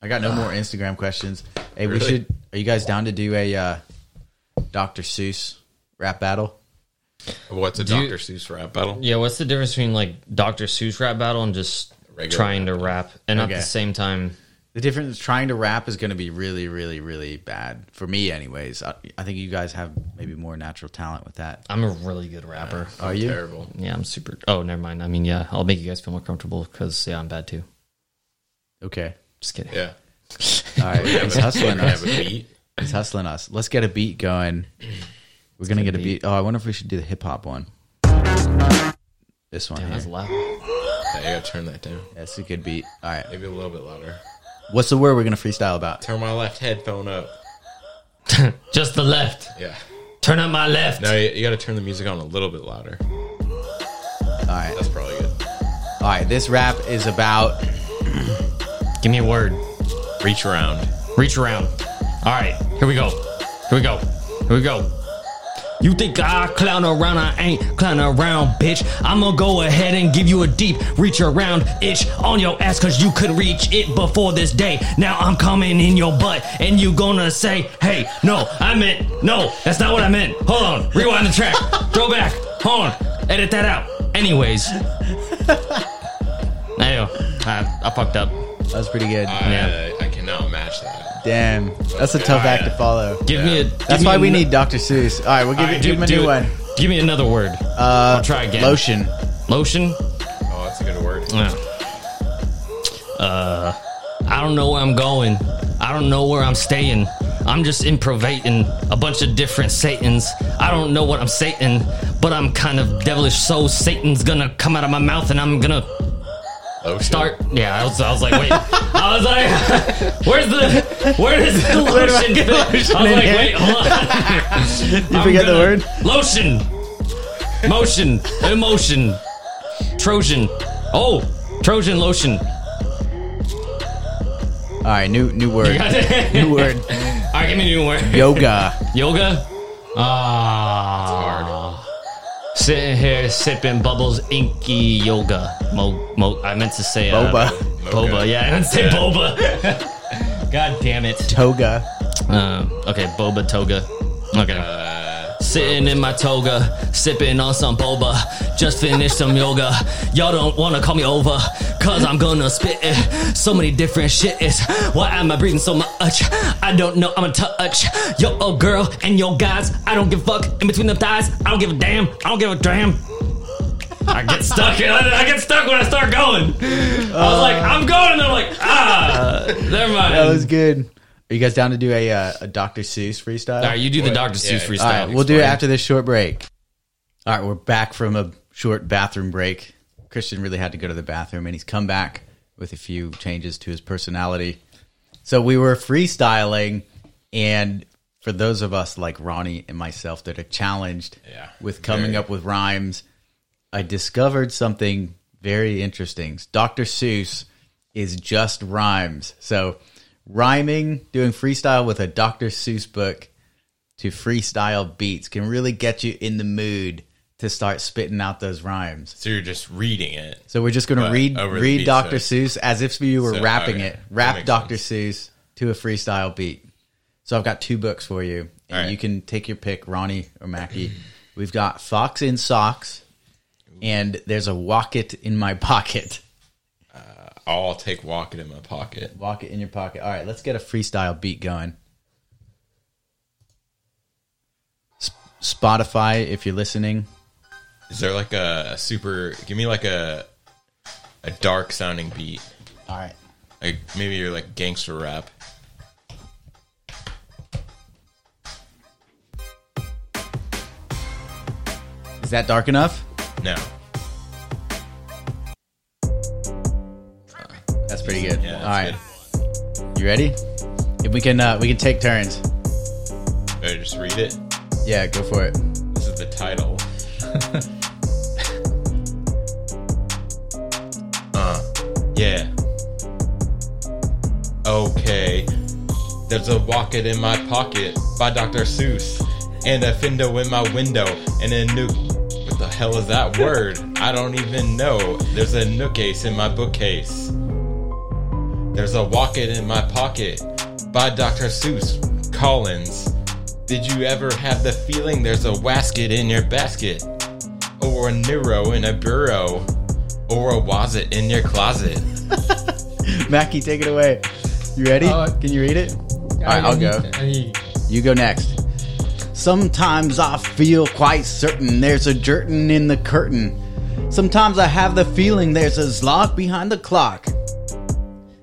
[SPEAKER 1] I got no more Instagram questions. Hey, we
[SPEAKER 3] Really?
[SPEAKER 1] should. Are you guys down to do a uh, Dr. Seuss rap battle?
[SPEAKER 3] What's a
[SPEAKER 2] Do you-
[SPEAKER 3] Dr. Seuss rap battle?
[SPEAKER 2] Yeah, what's the difference between like Dr. Seuss rap battle and just
[SPEAKER 3] Regular
[SPEAKER 2] trying to rap and at
[SPEAKER 1] Okay.
[SPEAKER 2] the same time?
[SPEAKER 1] The difference trying to rap is going to be really, really, really bad for me, anyways. I, I think you guys have maybe more natural talent with that.
[SPEAKER 2] I'm a really good rapper.
[SPEAKER 1] Are you?
[SPEAKER 3] Terrible.
[SPEAKER 2] Yeah, I'm super. Oh, never mind. I mean, yeah, I'll make you guys feel more comfortable because yeah, I'm bad too.
[SPEAKER 1] Okay.
[SPEAKER 2] Just kidding.
[SPEAKER 3] Yeah.
[SPEAKER 1] All right. He's hustling
[SPEAKER 3] I
[SPEAKER 1] us.
[SPEAKER 3] have a beat.
[SPEAKER 1] He's hustling us. Let's get a beat going. We're going to get a beat. Oh, I wonder if we should do the hip hop one. This one.
[SPEAKER 2] That was
[SPEAKER 1] Here.
[SPEAKER 2] loud.
[SPEAKER 3] I gotta turn that down.
[SPEAKER 1] That's a good beat. All right.
[SPEAKER 3] Maybe a little bit louder.
[SPEAKER 1] What's the word we're going to freestyle about?
[SPEAKER 3] Turn my left headphone up.
[SPEAKER 2] Just the left.
[SPEAKER 3] Yeah.
[SPEAKER 2] Turn on my left.
[SPEAKER 3] No, you, you gotta turn the music on a little bit louder.
[SPEAKER 1] All right.
[SPEAKER 3] That's probably good.
[SPEAKER 1] All right. This rap is about
[SPEAKER 2] Give me a word.
[SPEAKER 3] Reach around.
[SPEAKER 2] Reach around. All right, here we go. Here we go. Here we go. You think I clown around? I ain't clown around, bitch. I'ma go ahead and give you a deep reach around itch on your ass, cause you couldn't reach it before this day. Now I'm coming in your butt, and you gonna say, hey, no, I meant, no, that's not what I meant. Hold on, rewind the track, go back, hold on, edit that out. Anyways, anyway, I, I fucked up.
[SPEAKER 1] that was pretty good.
[SPEAKER 3] I, uh,
[SPEAKER 2] Yeah.
[SPEAKER 3] I cannot match that.
[SPEAKER 1] Damn, that's a tough act to follow.
[SPEAKER 2] Give me a. give
[SPEAKER 1] That's
[SPEAKER 2] me
[SPEAKER 1] why
[SPEAKER 2] a
[SPEAKER 1] we
[SPEAKER 2] no-
[SPEAKER 1] need Dr. Seuss. All right, we'll give,
[SPEAKER 2] All
[SPEAKER 1] you give
[SPEAKER 2] right, do-
[SPEAKER 1] him a
[SPEAKER 2] do
[SPEAKER 1] new
[SPEAKER 2] it.
[SPEAKER 1] one. Uh,
[SPEAKER 2] Give me another word. I'll try again.
[SPEAKER 1] Lotion.
[SPEAKER 2] Lotion.
[SPEAKER 3] Oh, that's a good word.
[SPEAKER 2] Yeah. Uh, I don't know where I'm going. I don't know where I'm staying. I'm just improvating a bunch of different Satans. I don't know what I'm Satan, but I'm kind of devilish. So Satan's gonna come out of my mouth, and I'm gonna
[SPEAKER 3] Lotion.
[SPEAKER 2] start. Yeah, I was, I was like, wait. I was like, where's the where is the
[SPEAKER 1] Where do I
[SPEAKER 2] lotion?
[SPEAKER 1] get
[SPEAKER 2] fit?
[SPEAKER 1] lotion
[SPEAKER 2] I was
[SPEAKER 1] in
[SPEAKER 2] like,
[SPEAKER 1] here?
[SPEAKER 2] wait, hold on.
[SPEAKER 1] You
[SPEAKER 2] I'm
[SPEAKER 1] forget the
[SPEAKER 2] gonna-
[SPEAKER 1] word?
[SPEAKER 2] Lotion. Motion. Emotion. Trojan. Oh, Trojan lotion.
[SPEAKER 1] All right, new new word.
[SPEAKER 2] Got it?
[SPEAKER 1] new word.
[SPEAKER 2] All right, give me a new word.
[SPEAKER 1] Yoga.
[SPEAKER 2] Yoga. Ah. Sitting here sipping bubbles, inky yoga. Mo, mo, I meant to say uh,
[SPEAKER 1] Boba.
[SPEAKER 2] Boba.
[SPEAKER 3] Mocha.
[SPEAKER 2] Yeah, I meant to say boba. God damn it.
[SPEAKER 1] Toga.
[SPEAKER 2] Um, okay, boba toga. Okay. Sitting in my toga, sipping on some boba. Just finished some yoga. Y'all don't wanna call me over, cause I'm gonna spit it. So many different shit is. Why am I breathing so much? I don't know, I'm a touch. Yo, oh girl, and yo guys, I don't give a fuck. In between the thighs, I don't give a damn. I don't give a damn. I get stuck. I get stuck when I start going. I was like, I'm going, and they're like, ah, never mind.
[SPEAKER 1] That was good. Are you guys down to do a uh, a Dr. Seuss freestyle?
[SPEAKER 2] All right, you do the
[SPEAKER 3] What?
[SPEAKER 2] Dr. Seuss
[SPEAKER 3] Yeah.
[SPEAKER 2] freestyle.
[SPEAKER 1] All right, we'll do it after this short break. All right, we're back from a short bathroom break. Christian really had to go to the bathroom, and he's come back with a few changes to his personality. So we were freestyling, and for those of us like Ronnie and myself that are challenged
[SPEAKER 3] Yeah,
[SPEAKER 1] with coming
[SPEAKER 3] very.
[SPEAKER 1] up with rhymes, I discovered something very interesting. Dr. Seuss is just rhymes. So rhyming, doing freestyle with a Dr. Seuss book to freestyle beats can really get you in the mood to start spitting out those rhymes.
[SPEAKER 3] So you're just reading it.
[SPEAKER 1] So we're just going to
[SPEAKER 3] Right,
[SPEAKER 1] read
[SPEAKER 3] over the
[SPEAKER 1] read
[SPEAKER 3] beat,
[SPEAKER 1] Dr. Seuss as if you were
[SPEAKER 3] So,
[SPEAKER 1] rapping
[SPEAKER 3] okay,
[SPEAKER 1] it.
[SPEAKER 3] that
[SPEAKER 1] Rap
[SPEAKER 3] makes
[SPEAKER 1] Dr. Seuss to a freestyle beat. So I've got two books for you, and
[SPEAKER 3] All right.
[SPEAKER 1] you can take your pick, Ronnie or Mackie. We've got Fox in Socks, and there's a Wocket in my pocket.
[SPEAKER 3] I'll take walk it in my pocket.
[SPEAKER 1] Wocket in your pocket. All right, let's get a freestyle beat going. Sp- Spotify, if you're listening,
[SPEAKER 3] Is there like a, a super? Give me like a a dark sounding beat.
[SPEAKER 1] All right.
[SPEAKER 3] Like maybe you're like gangster rap.
[SPEAKER 1] Is that dark enough?
[SPEAKER 3] No.
[SPEAKER 1] That's pretty good.
[SPEAKER 3] Yeah.
[SPEAKER 1] All right. You ready? If we can uh, we can take turns.
[SPEAKER 3] All right. Just read it.
[SPEAKER 1] Yeah, go for it.
[SPEAKER 3] This is the title. uh, yeah. Okay. There's a Walket in My Pocket by Dr. Seuss, and a Fendo in my window, and a nuke. What the hell is that word? I don't even know. There's a nookcase in my bookcase. There's a Walket in My Pocket by Dr. Seuss Collins. Did you ever have the feeling there's a wasket in your basket? Or a Nero in a bureau? Or a wazit in your closet?
[SPEAKER 1] Mackie, take it away. You ready?
[SPEAKER 4] Uh,
[SPEAKER 1] can you read it? All right, I'll go. You go next. Sometimes I feel quite certain there's a jertin in the curtain. Sometimes I have the feeling there's a zlock behind the clock.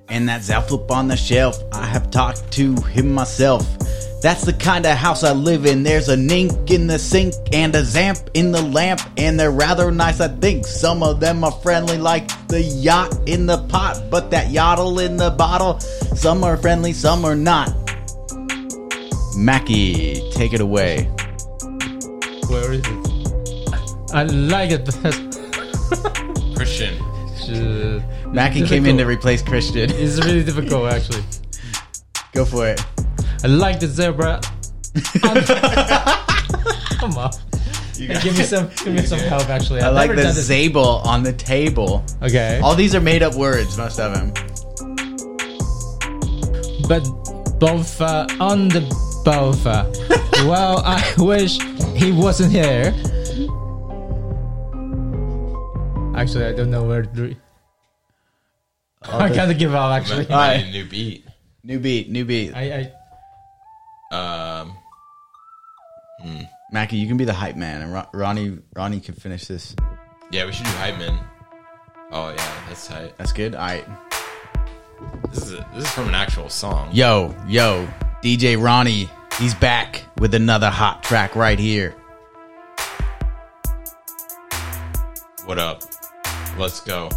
[SPEAKER 1] And that Zalflip on the shelf, I have talked to him myself. That's the kind of house I live in. There's a nink in the sink and a zamp in the lamp, and they're rather nice, I think. Some of them are friendly, like the yacht in the pot, but that yodel in the bottle. Some are friendly, some are not. Mackie, take it away.
[SPEAKER 3] Where is it?
[SPEAKER 4] I like it best.
[SPEAKER 3] Christian.
[SPEAKER 4] Uh,
[SPEAKER 1] Mackie
[SPEAKER 4] difficult.
[SPEAKER 1] came in to replace Christian.
[SPEAKER 4] It's really difficult, actually.
[SPEAKER 1] Go for it.
[SPEAKER 4] I like the zebra. Come on. Give me some. Give me some help. Actually,
[SPEAKER 1] I
[SPEAKER 4] I've
[SPEAKER 1] like
[SPEAKER 4] never
[SPEAKER 1] the
[SPEAKER 4] done this.
[SPEAKER 1] Zabel on the table.
[SPEAKER 4] Okay.
[SPEAKER 1] All these are made up words, most of them.
[SPEAKER 4] but Bofa on the Bofa. well, I wish he wasn't here. Actually, I don't know where to. Re- I
[SPEAKER 1] the-
[SPEAKER 4] gotta give up.
[SPEAKER 3] I
[SPEAKER 4] Actually,
[SPEAKER 3] need a new beat.
[SPEAKER 1] New beat, new beat.
[SPEAKER 4] I, I
[SPEAKER 3] Um,
[SPEAKER 1] Mackie, you can be the hype man, and Ron- Ronnie, Ronnie can finish this.
[SPEAKER 3] yeah, we should do Hypeman. Oh yeah, that's tight.
[SPEAKER 1] That's good. All right.
[SPEAKER 3] This is a, this is from an actual song.
[SPEAKER 1] Yo, yo, DJ Ronnie, he's back with another hot track right here.
[SPEAKER 3] What up? Let's go.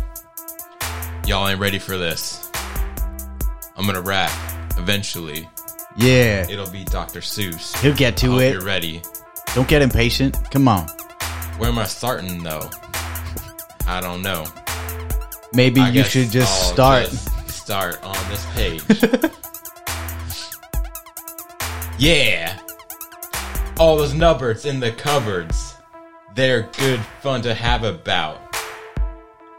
[SPEAKER 3] Y'all ain't ready for this. I'm gonna rap. Eventually,
[SPEAKER 1] Yeah,
[SPEAKER 3] it'll be Dr. Seuss.
[SPEAKER 1] he'll get to
[SPEAKER 3] Hope
[SPEAKER 1] it.
[SPEAKER 3] Oh, You're ready.
[SPEAKER 1] Don't get impatient. Come on.
[SPEAKER 3] Where am I starting though? I don't know.
[SPEAKER 1] Maybe
[SPEAKER 3] I
[SPEAKER 1] you
[SPEAKER 3] guess
[SPEAKER 1] should just
[SPEAKER 3] I'll
[SPEAKER 1] start.
[SPEAKER 3] just start on this page. yeah. All those numbers in the cupboards. They're good fun to have about.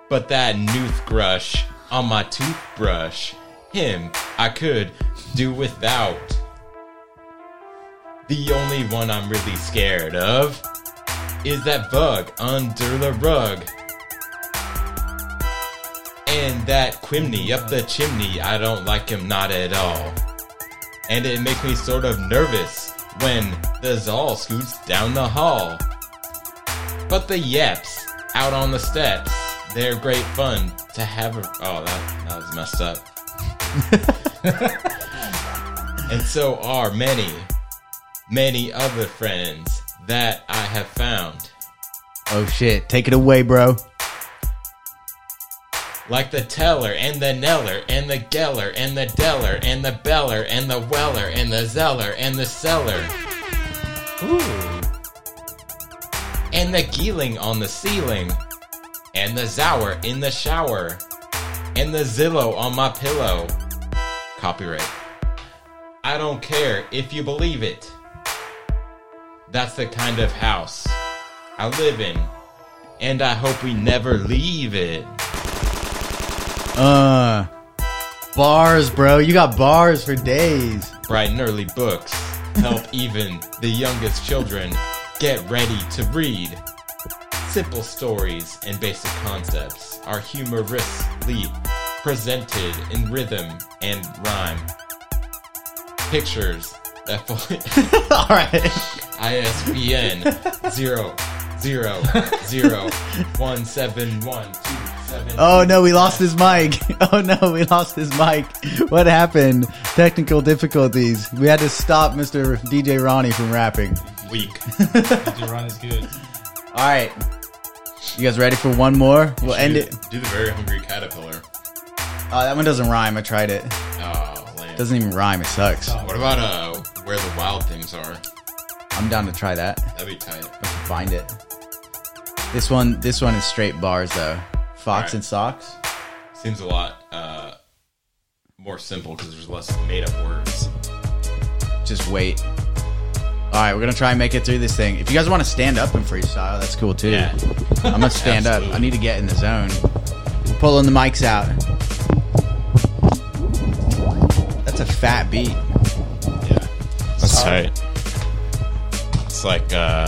[SPEAKER 3] But that nooth grush on my toothbrush, him I could do without. The only one I'm really scared of is that bug under the rug. And that Quimney up the chimney, I don't like him not at all. And it makes me sort of nervous when the Zal scoots down the hall. But the Yeps out on the steps, they're great fun to have. A- oh, that, that was messed up. and so are many, many other friends that I have found.
[SPEAKER 1] Oh shit, take it away, bro.
[SPEAKER 3] Like the teller and the neller and the geller and the deller and the beller and the weller and the zeller and the seller. Ooh. And the geeling on the ceiling. And the zower in the shower. And the Zillow on my pillow. Copyright. I don't care if you believe it. That's the kind of house I live in. And I hope we never leave it.
[SPEAKER 1] Uh, bars, bro. You got bars for days.
[SPEAKER 3] bright and early books help even the youngest children get ready to read. Simple stories and basic concepts are humorously presented in rhythm and rhyme. Pictures that point
[SPEAKER 1] All right.
[SPEAKER 3] ISBN 0 0 0 1 7 1 2 7
[SPEAKER 1] Oh no, we lost his mic. Oh no, we lost his mic. What happened? Technical difficulties. We had to stop Mr. DJ Ronnie from rapping.
[SPEAKER 3] week.
[SPEAKER 4] Duran is good.
[SPEAKER 1] All right. You guys ready for one more? We'll end it.
[SPEAKER 3] Do the very hungry caterpillar.
[SPEAKER 1] Oh, that one doesn't rhyme. I tried it.
[SPEAKER 3] Oh, lame.
[SPEAKER 1] Doesn't even rhyme. It sucks.
[SPEAKER 3] What about uh, where the wild things are?
[SPEAKER 1] I'm down to try that.
[SPEAKER 3] That'd be tight.
[SPEAKER 1] Find it. This one this one is straight bars though. Fox
[SPEAKER 3] Alright.
[SPEAKER 1] and socks.
[SPEAKER 3] seems a lot uh, more simple because there's less made up words.
[SPEAKER 1] Just wait. All right, we're going to try and make it through this thing. If you guys want to stand up and freestyle, that's cool too.
[SPEAKER 3] Yeah.
[SPEAKER 1] I'm gonna stand up. I
[SPEAKER 3] Absolutely.
[SPEAKER 1] need to get in the zone. We're pulling the mics out. That's a fat beat.
[SPEAKER 3] Yeah. That's tight. It's like uh,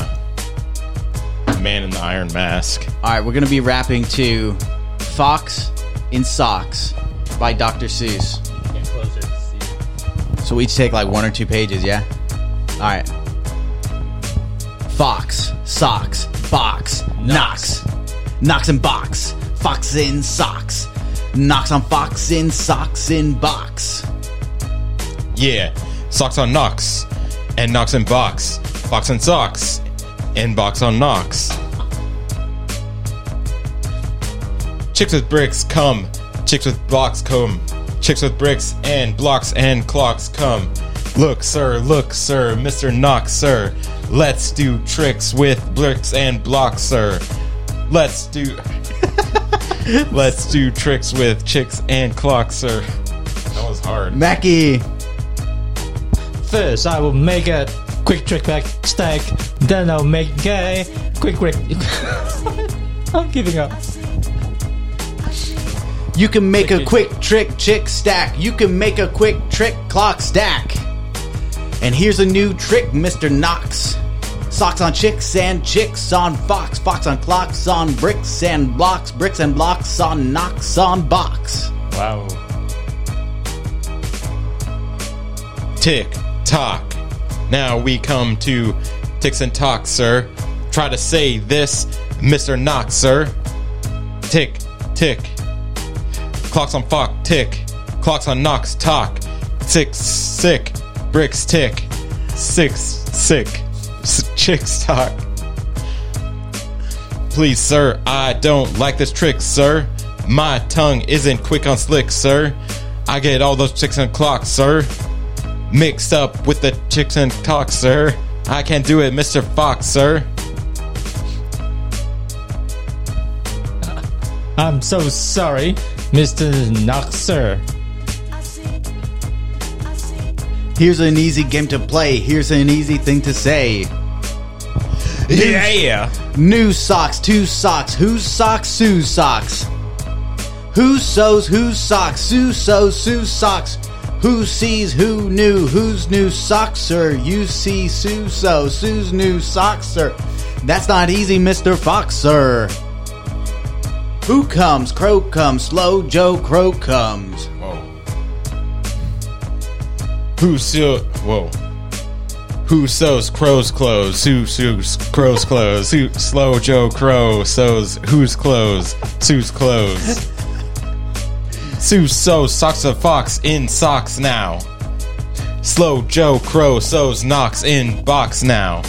[SPEAKER 3] Man in the Iron Mask.
[SPEAKER 1] All right, we're gonna be rapping to "Fox in Socks" by Dr. Seuss.
[SPEAKER 4] Get closer to see.
[SPEAKER 1] So we each take like one or two pages, yeah? All right. Fox, socks, box, knocks. Knocks and box, fox in socks. Knocks on fox in socks in box.
[SPEAKER 3] Yeah. Socks on Knox. and Knox and Box, Box and Socks, and Box on Knox. Chicks with bricks come, chicks with blocks come, chicks with bricks and blocks and clocks come. Look, sir, look, sir, Mr. Knox, sir. Let's do tricks with bricks and blocks, sir. Let's do. Let's do tricks with chicks and clocks, sir. That was hard.
[SPEAKER 1] Mackie.
[SPEAKER 4] First, I will make a quick trick back stack. Then I'll make a quick quick. I'm giving up.
[SPEAKER 1] You can make a quick trick chick stack. You can make a quick trick clock stack. And here's a new trick, Mr. Knox. Socks on chicks and chicks on fox. Fox on clocks on bricks and blocks. Bricks and blocks on knocks on box.
[SPEAKER 4] Wow.
[SPEAKER 3] tick tock. Now we come to ticks and talks, sir. Try to say this, Mr. Knox, sir. Tick, tick. Clocks on fock, tick. Clocks on Knox, talk. Six, sick. Bricks, tick. Six, sick. S- chicks, talk. Please, sir, I don't like this trick, sir. My tongue isn't quick on slick, sir. I get all those chicks and clocks, sir mixed up with the chicks and cocks, sir. I can't do it, Mr. Fox, sir.
[SPEAKER 4] I'm so sorry, Mr. Knoxer.
[SPEAKER 1] Here's an easy game to play. Here's an easy thing to say.
[SPEAKER 3] Yeah.
[SPEAKER 1] New socks, two socks. Whose socks? Sue's socks. Who sews whose socks? Sue sews Sue's socks. Who sees who new? Whose new socks, sir? You see Sue sew Sue's new socks, sir. That's not easy, Mr. Fox, sir. Who comes? Crow comes. Slow Joe Crow comes.
[SPEAKER 3] Whoa. Who sew? Whoa. Who sews crow's clothes? Who sews crow's clothes? Who slow Joe Crow sews whose clothes? Sue's clothes. Sue sews socks of fox in socks now. Slow Joe Crow sews knocks in box now.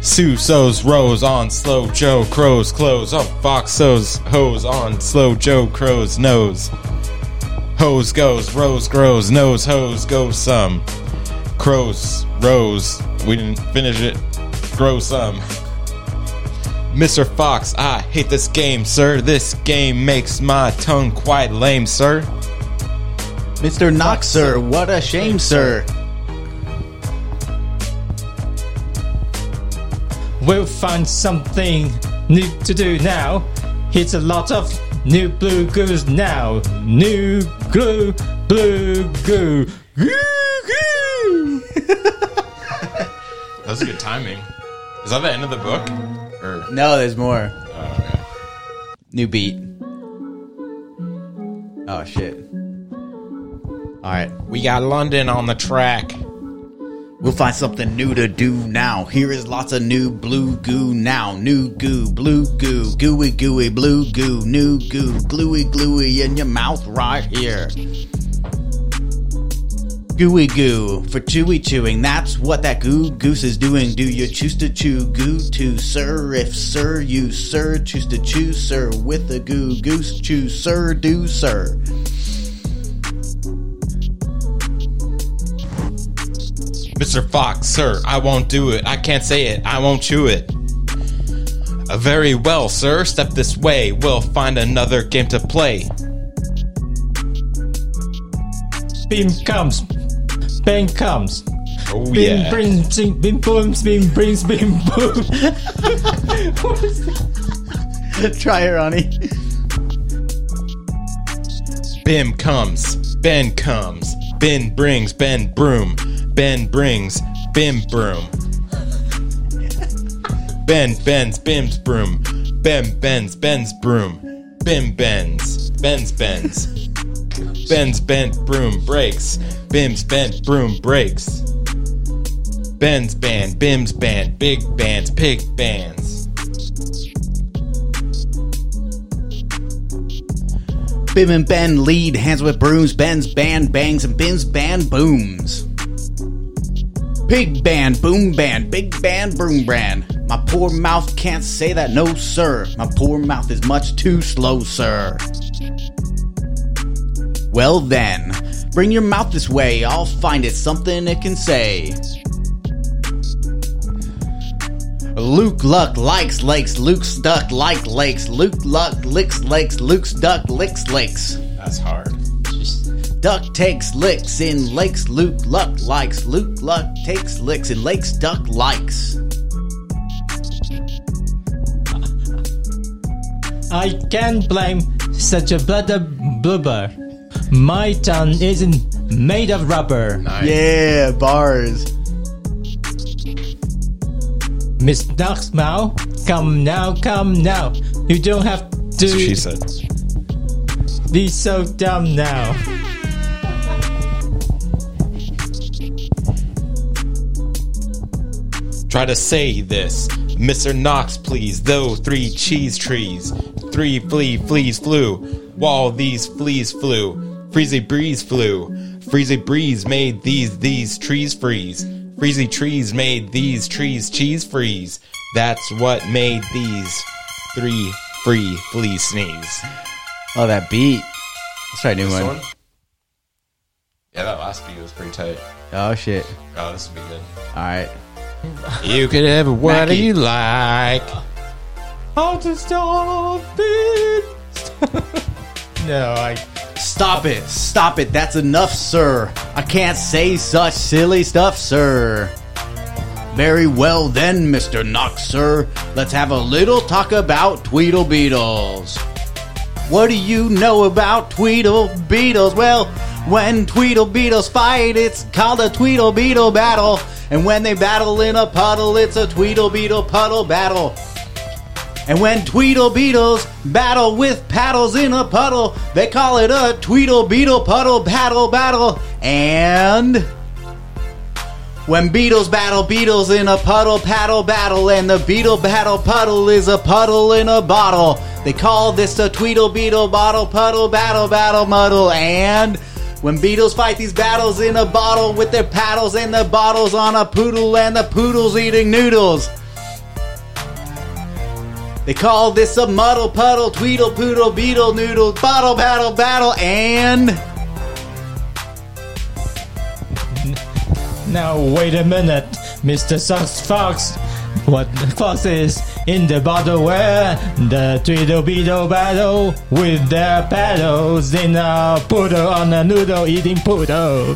[SPEAKER 3] Sue sews rose on slow Joe Crow's clothes. Up fox sews hose on slow Joe Crow's nose. Hose goes, rose grows, nose hose goes some. Crows, rose, we didn't finish it, grow some. Mr. Fox, I hate this game, sir. This game makes my tongue quite lame, sir.
[SPEAKER 1] Mr. Knox, sir. What a shame, sir.
[SPEAKER 4] We'll find something new to do now. Here's a lot of new blue goos now. New glue, blue goo.
[SPEAKER 3] That was good timing. Is that the end of the book? Or
[SPEAKER 1] No, there's more. New beat. Oh shit. Alright.
[SPEAKER 3] we got London on the track.
[SPEAKER 1] We'll find something new to do now. Here is lots of new blue goo now. New goo, blue goo, gooey gooey, blue goo, new goo, gluey gluey in your mouth right here. Gooey goo for chewy chewing. That's what that goo goose is doing. Do you choose to chew goo to sir? If sir, you sir, choose to chew sir with a goo goose. Choose sir, do sir.
[SPEAKER 3] Mr. Fox, sir, I won't do it. I can't say it. I won't chew it. Uh, very well, sir. Step this way. We'll find another game to play.
[SPEAKER 4] Beam comes. Bang comes.
[SPEAKER 3] Oh,
[SPEAKER 4] Beam
[SPEAKER 3] yeah.
[SPEAKER 4] brings, bing, beam booms, beam brings, beam boom. What is that?
[SPEAKER 1] Try her, honey.
[SPEAKER 3] Bim comes. Ben comes. Ben brings. Ben broom. Ben brings. Bim broom. Ben bends. Bim's broom. Ben bends. Ben's broom. Bim bends. Ben's bends. Ben's bent broom breaks. Bim's bent broom breaks. Ben's band. Bim's band. Big bands. Pig bands.
[SPEAKER 1] Bim and Ben lead hands with brooms. Ben's band bangs and Ben's band booms. Pig band, boom band, big band, broom brand. My poor mouth can't say that, no sir. My poor mouth is much too slow, sir. Well then, bring your mouth this way, I'll find it something it can say. Luke Luck likes lakes, Luke's duck like lakes, Luke Luck licks lakes, Luke's duck licks lakes.
[SPEAKER 5] That's hard. Just
[SPEAKER 1] Duck takes licks in lakes, Luke Luck likes, Luke Luck takes licks in lakes, duck likes.
[SPEAKER 4] I can blame such a bladder blubber. My tongue isn't made of rubber.
[SPEAKER 5] nice.
[SPEAKER 1] Yeah, bars.
[SPEAKER 4] Miss Ducksmile, come now, come now. You don't have to
[SPEAKER 5] She said.
[SPEAKER 4] be so dumb now.
[SPEAKER 3] Try to say this. Mr. Knox, please. Though three cheese trees, three flea fleas flew. While these fleas flew, freezy breeze flew. Freezy breeze made these these trees freeze. Freezy trees made these trees cheese freeze. That's what made these three free fleas sneeze.
[SPEAKER 1] Oh, that beat. Let's try a new one.
[SPEAKER 3] Yeah, that last beat was pretty tight.
[SPEAKER 1] Oh, shit.
[SPEAKER 3] Oh, this would be good.
[SPEAKER 1] All right.
[SPEAKER 3] You could have what
[SPEAKER 1] Mackie.
[SPEAKER 3] you like.
[SPEAKER 4] How to stop it? no, I.
[SPEAKER 1] Stop it. Stop it. That's enough, sir. I can't say such silly stuff, sir. Very well then, Mr. Knox, sir. Let's have a little talk about Tweedle Beetles. What do you know about Tweedle Beetles? Well, when Tweedle Beetles fight, it's called a Tweedle Beetle battle. And when they battle in a puddle, it's a Tweedle Beetle puddle battle. And when Tweedle Beetles battle with paddles in a puddle, they call it a Tweedle Beetle puddle paddle battle. And when beetles battle beetles in a puddle paddle battle, and the beetle battle puddle is a puddle in a bottle, they call this a Tweedle Beetle bottle puddle battle battle muddle. And when beetles fight these battles in a bottle with their paddles, and the bottles on a poodle, and the poodles eating noodles. They call this a muddle puddle, tweedle poodle, beetle noodle, bottle battle battle, and
[SPEAKER 4] Now wait a minute, Mr. Sus Fox. What the fox is in the bottle where the Tweedle Beetle battle with their paddles in a poodle on a noodle eating poodle.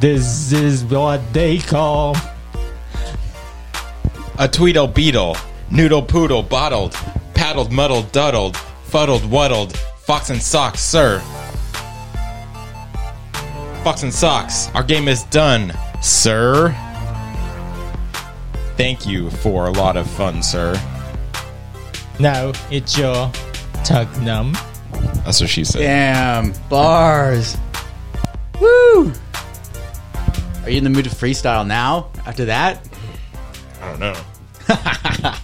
[SPEAKER 4] This is what they call
[SPEAKER 3] A Tweedle Beetle, Noodle Poodle bottled, paddled, muddled, duddled, fuddled, waddled, fox and socks, sir. Fox and socks, our game is done, sir. Thank you for a lot of fun, sir.
[SPEAKER 4] now it's your tugnum.
[SPEAKER 3] That's what she said.
[SPEAKER 1] damn bars. Woo! Are you in the mood to freestyle now? After that,
[SPEAKER 3] I don't know. I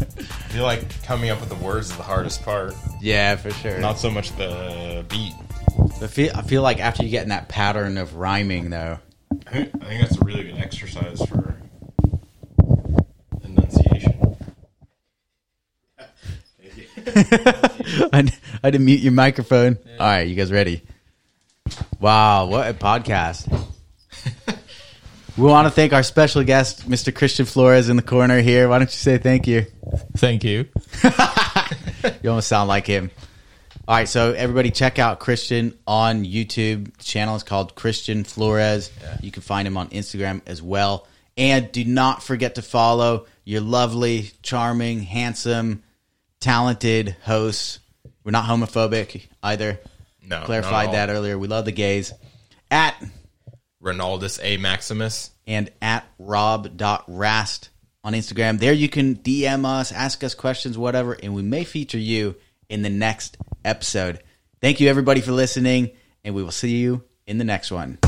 [SPEAKER 3] feel like coming up with the words is the hardest part,
[SPEAKER 1] yeah, for sure.
[SPEAKER 3] not so much the beat.
[SPEAKER 1] I feel, I feel like after you get in that pattern of rhyming, though,
[SPEAKER 3] I think I think that's a really good exercise for enunciation.
[SPEAKER 1] I, I didn't mute your microphone. All right, you guys ready? Wow, what a podcast. we want to thank our special guest, Mr. Christian Flores, in the corner here. Why don't you say thank you?
[SPEAKER 4] Thank you.
[SPEAKER 1] You almost sound like him. All right, so everybody, check out Christian on YouTube. The channel is called Christian Flores. You can find him on Instagram as well. And do not forget to follow your lovely, charming, handsome, talented hosts. We're not homophobic either.
[SPEAKER 3] No,
[SPEAKER 1] Clarified that earlier. We love the gays. At
[SPEAKER 3] Ronaldus A. Maximus.
[SPEAKER 1] and at rob.rast on Instagram. There you can DM us, ask us questions, whatever, and we may feature you in the next episode. Thank you, everybody, for listening, and we will see you in the next one.